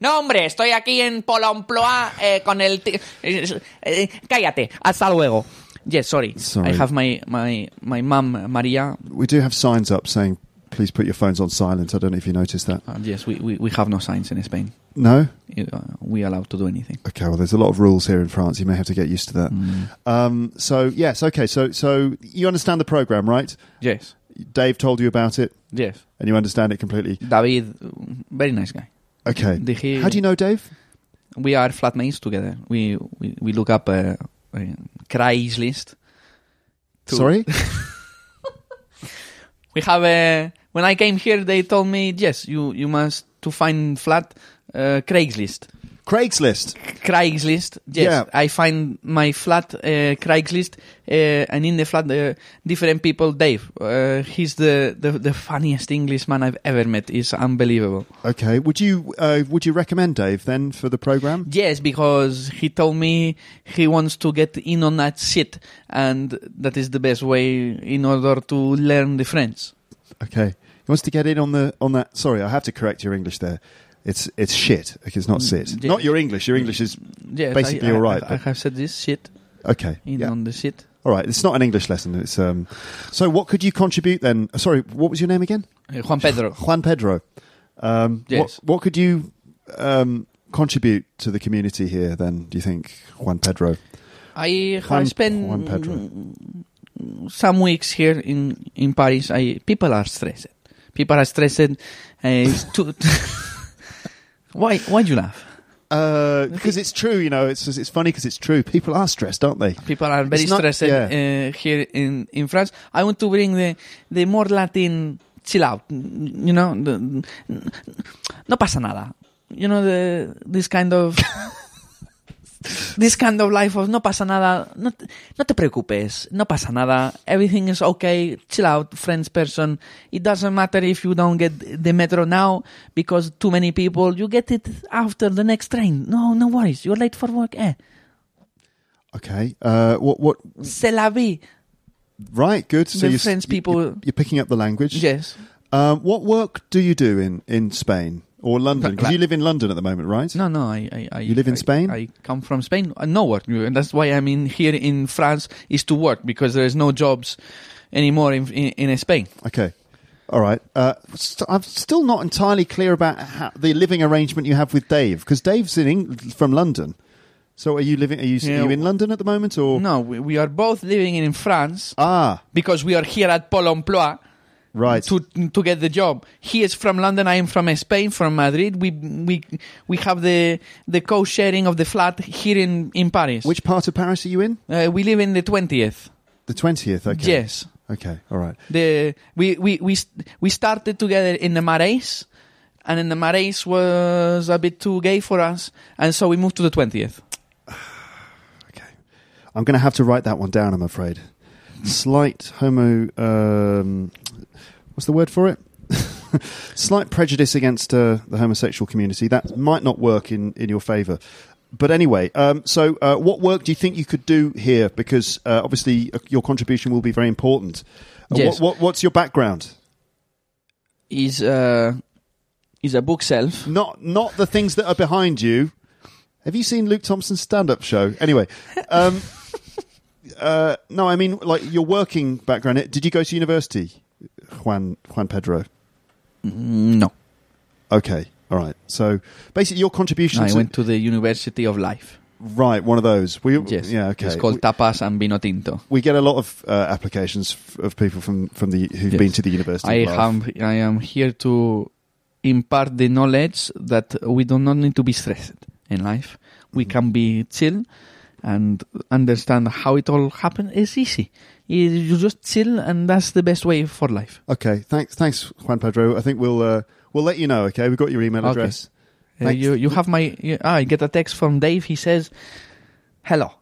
No, hombre, estoy aquí en Polomploa eh, con el... ti- eh, eh, cállate, hasta luego.
Yes, sorry.
Sorry.
I have my my my mom Maria.
we do have signs up saying, please put your phones on silent. I don't know if you noticed that.
Uh, yes, we, we we have no signs in Spain.
No?
Uh, we allowed to do anything.
Okay, well, there's a lot of rules here in France. You may have to get used to that.
Mm.
Um, so, yes, okay. So, so you understand the program, right?
Yes.
Dave told you about it,
Yes.
and you understand it completely.
David, very nice guy.
Okay.
Did he-
How do you know Dave?
we are flatmates together. We we, we look up uh, uh, Craigslist. to-
Sorry?
We have a. When I came here, they told me yes, you you must to find flat uh, Craigslist.
Craigslist.
Craigslist. Yes,
Yeah.
I find my flat uh, Craigslist, uh, and in the flat, uh, different people. Dave, uh, he's the, the the funniest Englishman I've ever met. It's unbelievable.
Okay. Would you uh, would you recommend Dave then for the program?
Yes, because he told me he wants to get in on that shit, and that is the best way in order to learn the French.
Okay. He wants to get in on the on that. Sorry, I have to correct your English there. It's it's shit. Okay, it's not sit.
Mm. yeah.
Not your English. Your English is
Yes,
Basically
I, I,
all right,
I, I
but-
have said this shit
okay.
in
Yeah.
on the shit.
All right. It's not an English lesson. It's um. So what could you contribute then? Uh, Sorry, what was your name again?
Uh, Juan Pedro.
Juan Pedro. Um,
Yes.
What, what could you um, contribute to the community here then? Do you think, Juan Pedro?
I
Juan-
have spent
Juan Pedro.
some weeks here in in Paris. I people are stressed. People are stressed. Uh, it's too, why why do you laugh?
Because Uh, it's true, you know. It's it's funny because it's true. People are stressed, aren't they?
people are very
It's not-
stressed uh, here in, in France. I want to bring the the more Latin chill out, you know, the, no pasa nada, you know, the this kind of this kind of life of no pasa nada, no te, no te preocupes, no pasa nada, everything is okay, chill out, French person. It doesn't matter if you don't get the metro now because too many people. You get it after the next train. No, no worries. You're late for work. Eh,
Okay. Uh, what what?
c'est la vie.
Right. Good. So
The
you're,
French
you- you-
people-
You're picking up the language.
Yes.
Um, what work do you do in in Spain or London? Because you live in London at the moment, right?
No, no. I, I, I
You live in
I-
Spain?
I come from Spain. Uh, No work. And that's why I'm in here in France is to work because there is no jobs anymore in in, in Spain.
Okay. All right. Uh, st- I'm still not entirely clear about how, the living arrangement you have with Dave because Dave's in Eng- from London. So are you living? Are you,
Yeah.
are you in London at the moment or
No, we, we are both living in France
Ah,
because we are here at Pôle Emploi
right.
to to get the job. He is from London. I am from Spain, from Madrid. We we we have the the co-sharing of the flat here in in Paris.
Which part of Paris are you in?
uh, we live in the twentieth.
The twentieth. Okay.
Yes.
Okay. All right.
the we we we st- we started together in the Marais, and in the Marais was a bit too gay for us, and so we moved to the twentieth.
Okay. I'm going to have to write that one down. I'm afraid. Slight homo. Um, what's the word for it? Slight prejudice against uh, the homosexual community. That might not work in in your favour. but anyway, um, so uh, what work do you think you could do here? Because uh, obviously uh, your contribution will be very important. Uh,
Yes.
What, what, what's your background?
He's uh, he's a book self.
Not not the things that are behind you. Have you seen Luke Thompson's stand-up show? Anyway, um, uh, no, I mean like your working background. Did you go to university, Juan Juan Pedro?
No,
Okay, all right. So basically, your contribution.
I
to-
went to the University of Life.
right, one of those. We,
Yes.
yeah, okay.
It's called Tapas and Vino Tinto.
we get a lot of uh, applications f- of people from from the who've
Yes.
been to the university.
I
of Bath.
am I am here to impart the knowledge that we do not need to be stressed in life. We can be chill and understand how it all happened. It's easy. You you just chill, and that's the best way for life.
Okay, thanks, thanks, Juan Pedro. I think we'll uh, we'll let you know. Okay, we've got your email
Okay.
address.
Uh,
Thanks.
you you have my you, ah, I get a text from Dave. He says, "Hello."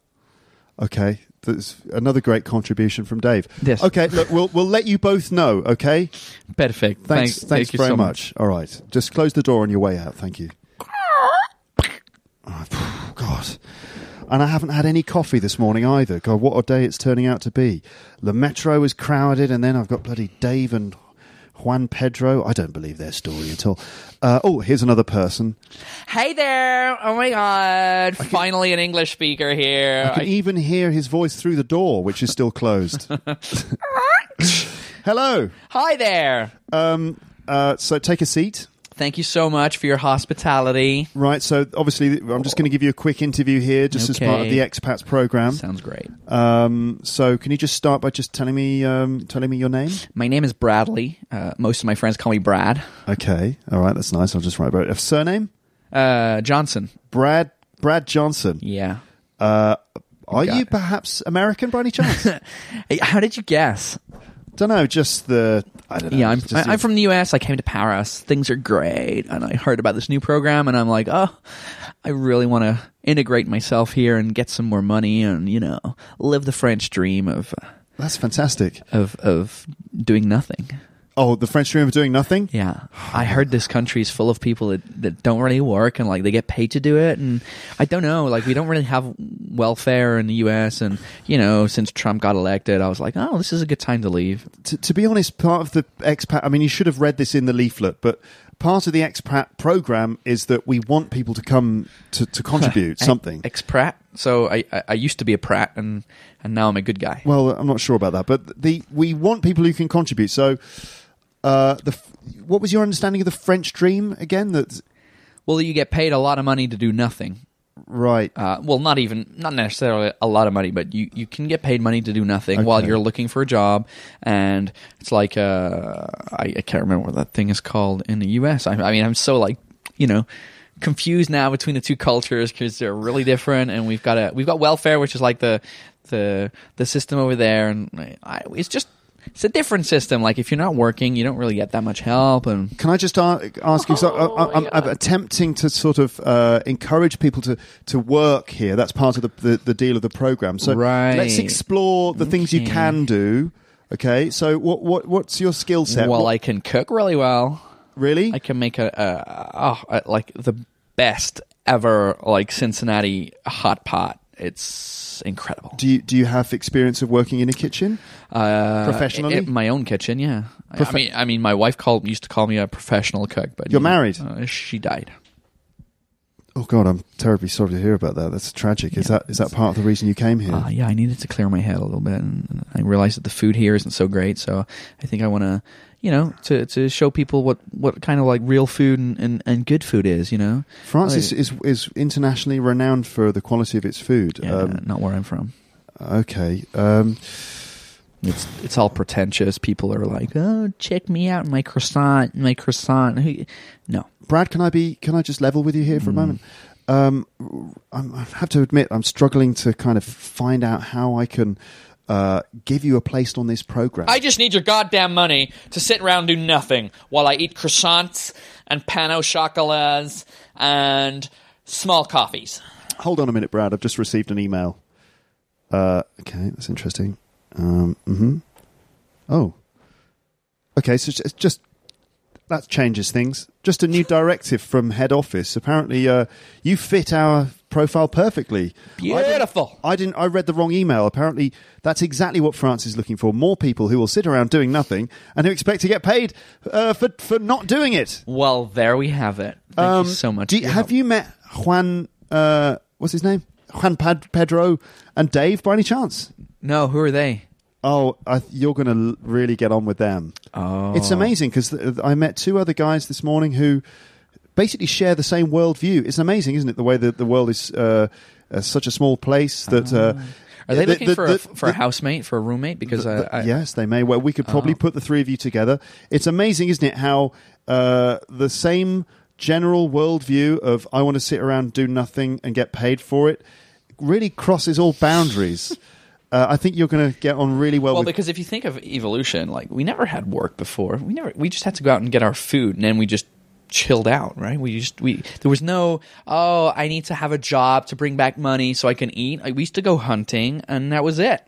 Okay, that's another great contribution from Dave.
Yes.
Okay, look, we'll we'll let you both know. Okay, thanks,
Perfect. Thank-
thanks
thank you
very
so
much. All right, just close the door on your way out. Thank you. Oh, God. And I haven't had any coffee this morning either. God, what a day it's turning out to be. The metro is crowded, and then I've got bloody Dave and Juan Pedro. I don't believe their story at all. Uh, oh, here's another person.
Hey there! Oh my god! Finally, an English speaker here.
I can
I-
even hear his voice through the door, which is still closed. Hello.
Hi there!
Um, uh, so take a seat.
Thank you so much for your hospitality.
Right. So obviously, I'm just going to give you a quick interview here, just as part of
Okay.
the expats program.
Sounds great.
Um, so can you just start by just telling me um, telling me your name?
My name is Bradley. Uh, most of my friends call me Brad.
Okay. All right. That's nice. I'll just write about it. Surname
Uh, Johnson.
Brad Brad Johnson.
Yeah.
Uh, are
Got
you
it.
perhaps American by any chance?
Hey, How did you guess?
don't know. Just the I don't know.
Yeah, I'm,
just
I,
the-
I'm from the US. I came to Paris. Things are great. And I heard about this new program and I'm like, oh, I really want to integrate myself here and get some more money and, you know, live the French dream of,
That's fantastic.
of, of doing nothing.
Oh, the French dream of doing nothing.
Yeah. I heard this country is full of people that, that don't really work and like they get paid to do it. And I don't know, like we don't really have welfare in the US. And, you know, since Trump got elected, I was like, oh, this is a good time to leave.
to, to be honest, part of the expat, I mean, you should have read this in the leaflet, but part of the expat program is that we want people to come to, to contribute something.
Ex Pratt. So I, I, I used to be a Pratt and, and now I'm a good guy.
Well, I'm not sure about that, but the we want people who can contribute. So, uh, the f- what was your understanding of the French dream again? That's
Well, you get paid a lot of money to do nothing.
right.
Uh, well, not even, not necessarily a lot of money, but you, you can get paid money to do nothing while
Okay.
you're looking for a job. And it's like, uh, I, I can't remember what that thing is called in the US. I, I mean, I'm so like, you know, confused now between the two cultures because they're really different. And we've got a, we've got welfare, which is like the, the, the system over there. And I, it's just, it's a different system. Like if you're not working, you don't really get that much help. And
Can I just a- ask you? 'cause I, I, I'm, I'm attempting to sort of uh, encourage people to, to work here. That's part of the, the, the deal of the program. So
Right.
let's explore the things you
Okay.
can do. Okay, so what what what's your skill set?
while
What-
I can cook really well,
really
I can make a, a, oh, a- like the best ever like Cincinnati hot pot. It's incredible.
Do you do you have experience of working in a kitchen?
Uh,
Professionally?
i- i- my own kitchen, yeah. I-
Profe-
I mean, I mean, my wife called used to call me a professional cook, but
You're
you-
married?
Uh, she died.
Oh God, I'm terribly sorry to hear about that. That's tragic. Is that is that part of the reason you came here?
Uh, yeah, I needed to clear my head a little bit, and and I realized that the food here isn't so great. So I think I want to, you know, to to show people what what kind of like real food and and, and good food is. You know,
France is,
Like,
is is internationally renowned for the quality of its food.
yeah,
Um,
not where I'm from.
okay. Um,
It's it's all pretentious. People are like, "Oh, check me out, my croissant, my croissant." Who- No,
Brad, can I be? Can I just level with you here for a moment? Um, I'm, I have to admit, I'm struggling to kind of find out how I can uh, give you a place on this program.
I just need your goddamn money to sit around and do nothing while I eat croissants and pan au chocolats and small coffees.
Hold on a minute, Brad. I've just received an email. Uh, okay, that's interesting. mm-hmm. Um, hmm Oh, okay. So it's just that changes things. Just a new directive from head office. Apparently, uh, you fit our profile perfectly.
Beautiful.
I didn't, I didn't. I read the wrong email. Apparently, that's exactly what France is looking for: more people who will sit around doing nothing and who expect to get paid uh, for for not doing it.
Well, there we have it. Thank
Um,
you so much.
do you-
for your
have
help.
you met Juan? Uh, what's his name? Juan Pad- Pedro and Dave by any chance?
No. Who are they?
Oh, I, you're going to l- really get on with them.
Oh,
It's amazing because th- I met two other guys this morning who basically share the same worldview. It's amazing, isn't it? The way that the world is uh, uh, such a small place that. Uh,
Are they
the-
looking
the-
for
the-
a, for a
the-
housemate for a roommate? Because
the-
I, I,
yes, they may. Well, we could probably put the three of you together. It's amazing, isn't it? How uh, the same general worldview of I want to sit around, do nothing, and get paid for it really crosses all boundaries. uh, I think you're going to get on really well,
well,
with
because if you think of evolution, like we never had work before. We never we just had to go out and get our food, and then we just chilled out, right? We just we there was no oh I need to have a job to bring back money so I can eat. Like, we used to go hunting, and that was it.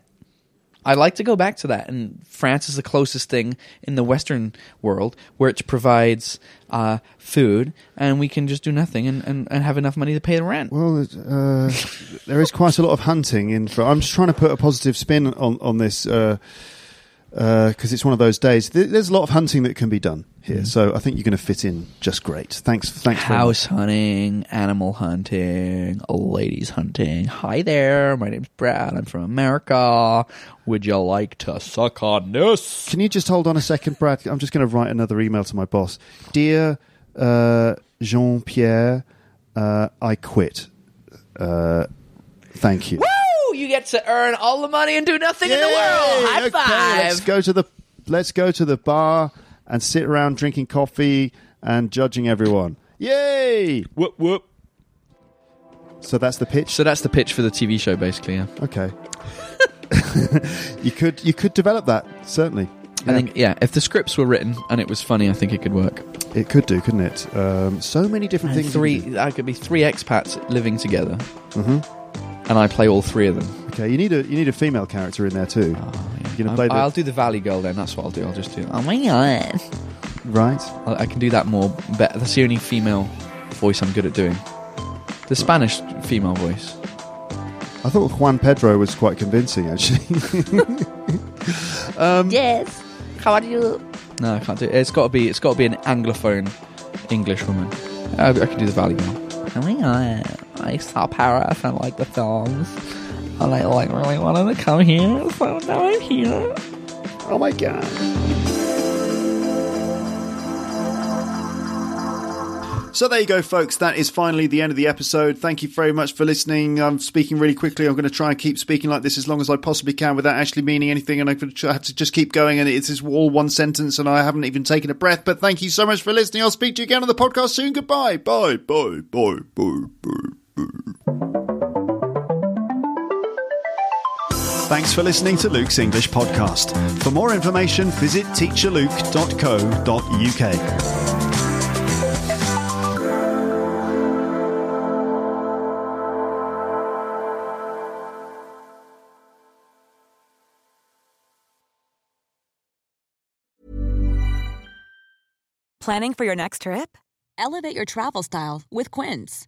I like to go back to that, and France is the closest thing in the Western world where it provides uh, food, and we can just do nothing and, and, and have enough money to pay the rent.
Well, it, uh, there is quite a lot of hunting in. For, I'm just trying to put a positive spin on on this because it's one of those days. Th- There's a lot of hunting that can be done here, so I think you're going to fit in just great. Thanks, thanks. very much.
House hunting, animal hunting, ladies hunting. Hi there, my name's Brad. I'm from America. Would you like to suck on this?
Can you just hold on a second, Brad? I'm just going to write another email to my boss. Dear uh, Jean Pierre, uh, I quit. Uh, thank you.
Woo! You get to earn all the money and do nothing in the
Yay!
world. High
Okay, Let's
five.
go to the let's go to the bar and sit around drinking coffee and judging everyone. Yay!
Whoop whoop.
So that's the pitch.
So that's the pitch for the TV show, basically. Yeah.
Okay. you could you could develop that certainly.
I think yeah. If the scripts were written and it was funny, I think it could work.
It could do, couldn't it? Um, so many different
And
things.
three, that could be three expats living together,
hmm
and I play all three of them.
Okay, you need a you need a female character in there too. You're gonna play
I'm-
the
I'll do the Valley Girl then. That's what I'll do. I'll just do. Oh my god.
right.
I I can do that more better. That's the only female voice I'm good at doing. The Spanish female voice.
I thought Juan Pedro was quite convincing actually.
yes. How are you? No, I can't do it. It's got to be. It's got to be an anglophone English woman. I, I can do the Valley Girl. I mean, I, Oh I saw Paris. I like the films. I like, like really wanted to come here, so now I'm here.
oh my god. So there you go, folks. That is finally the end of the episode. Thank you very much for listening. I'm speaking really quickly. I'm going to try and keep speaking like this as long as I possibly can without actually meaning anything. And I'm going to try- have to just keep going. And it's just all one sentence, and I haven't even taken a breath. But thank you so much for listening. I'll speak to you again on the podcast soon. Goodbye. Bye. Bye. Bye. Bye. Bye. Thanks for listening to Luke's English podcast. For more information, visit teacherluke.co.uk.
Planning for your next trip? Elevate your travel style with Quince.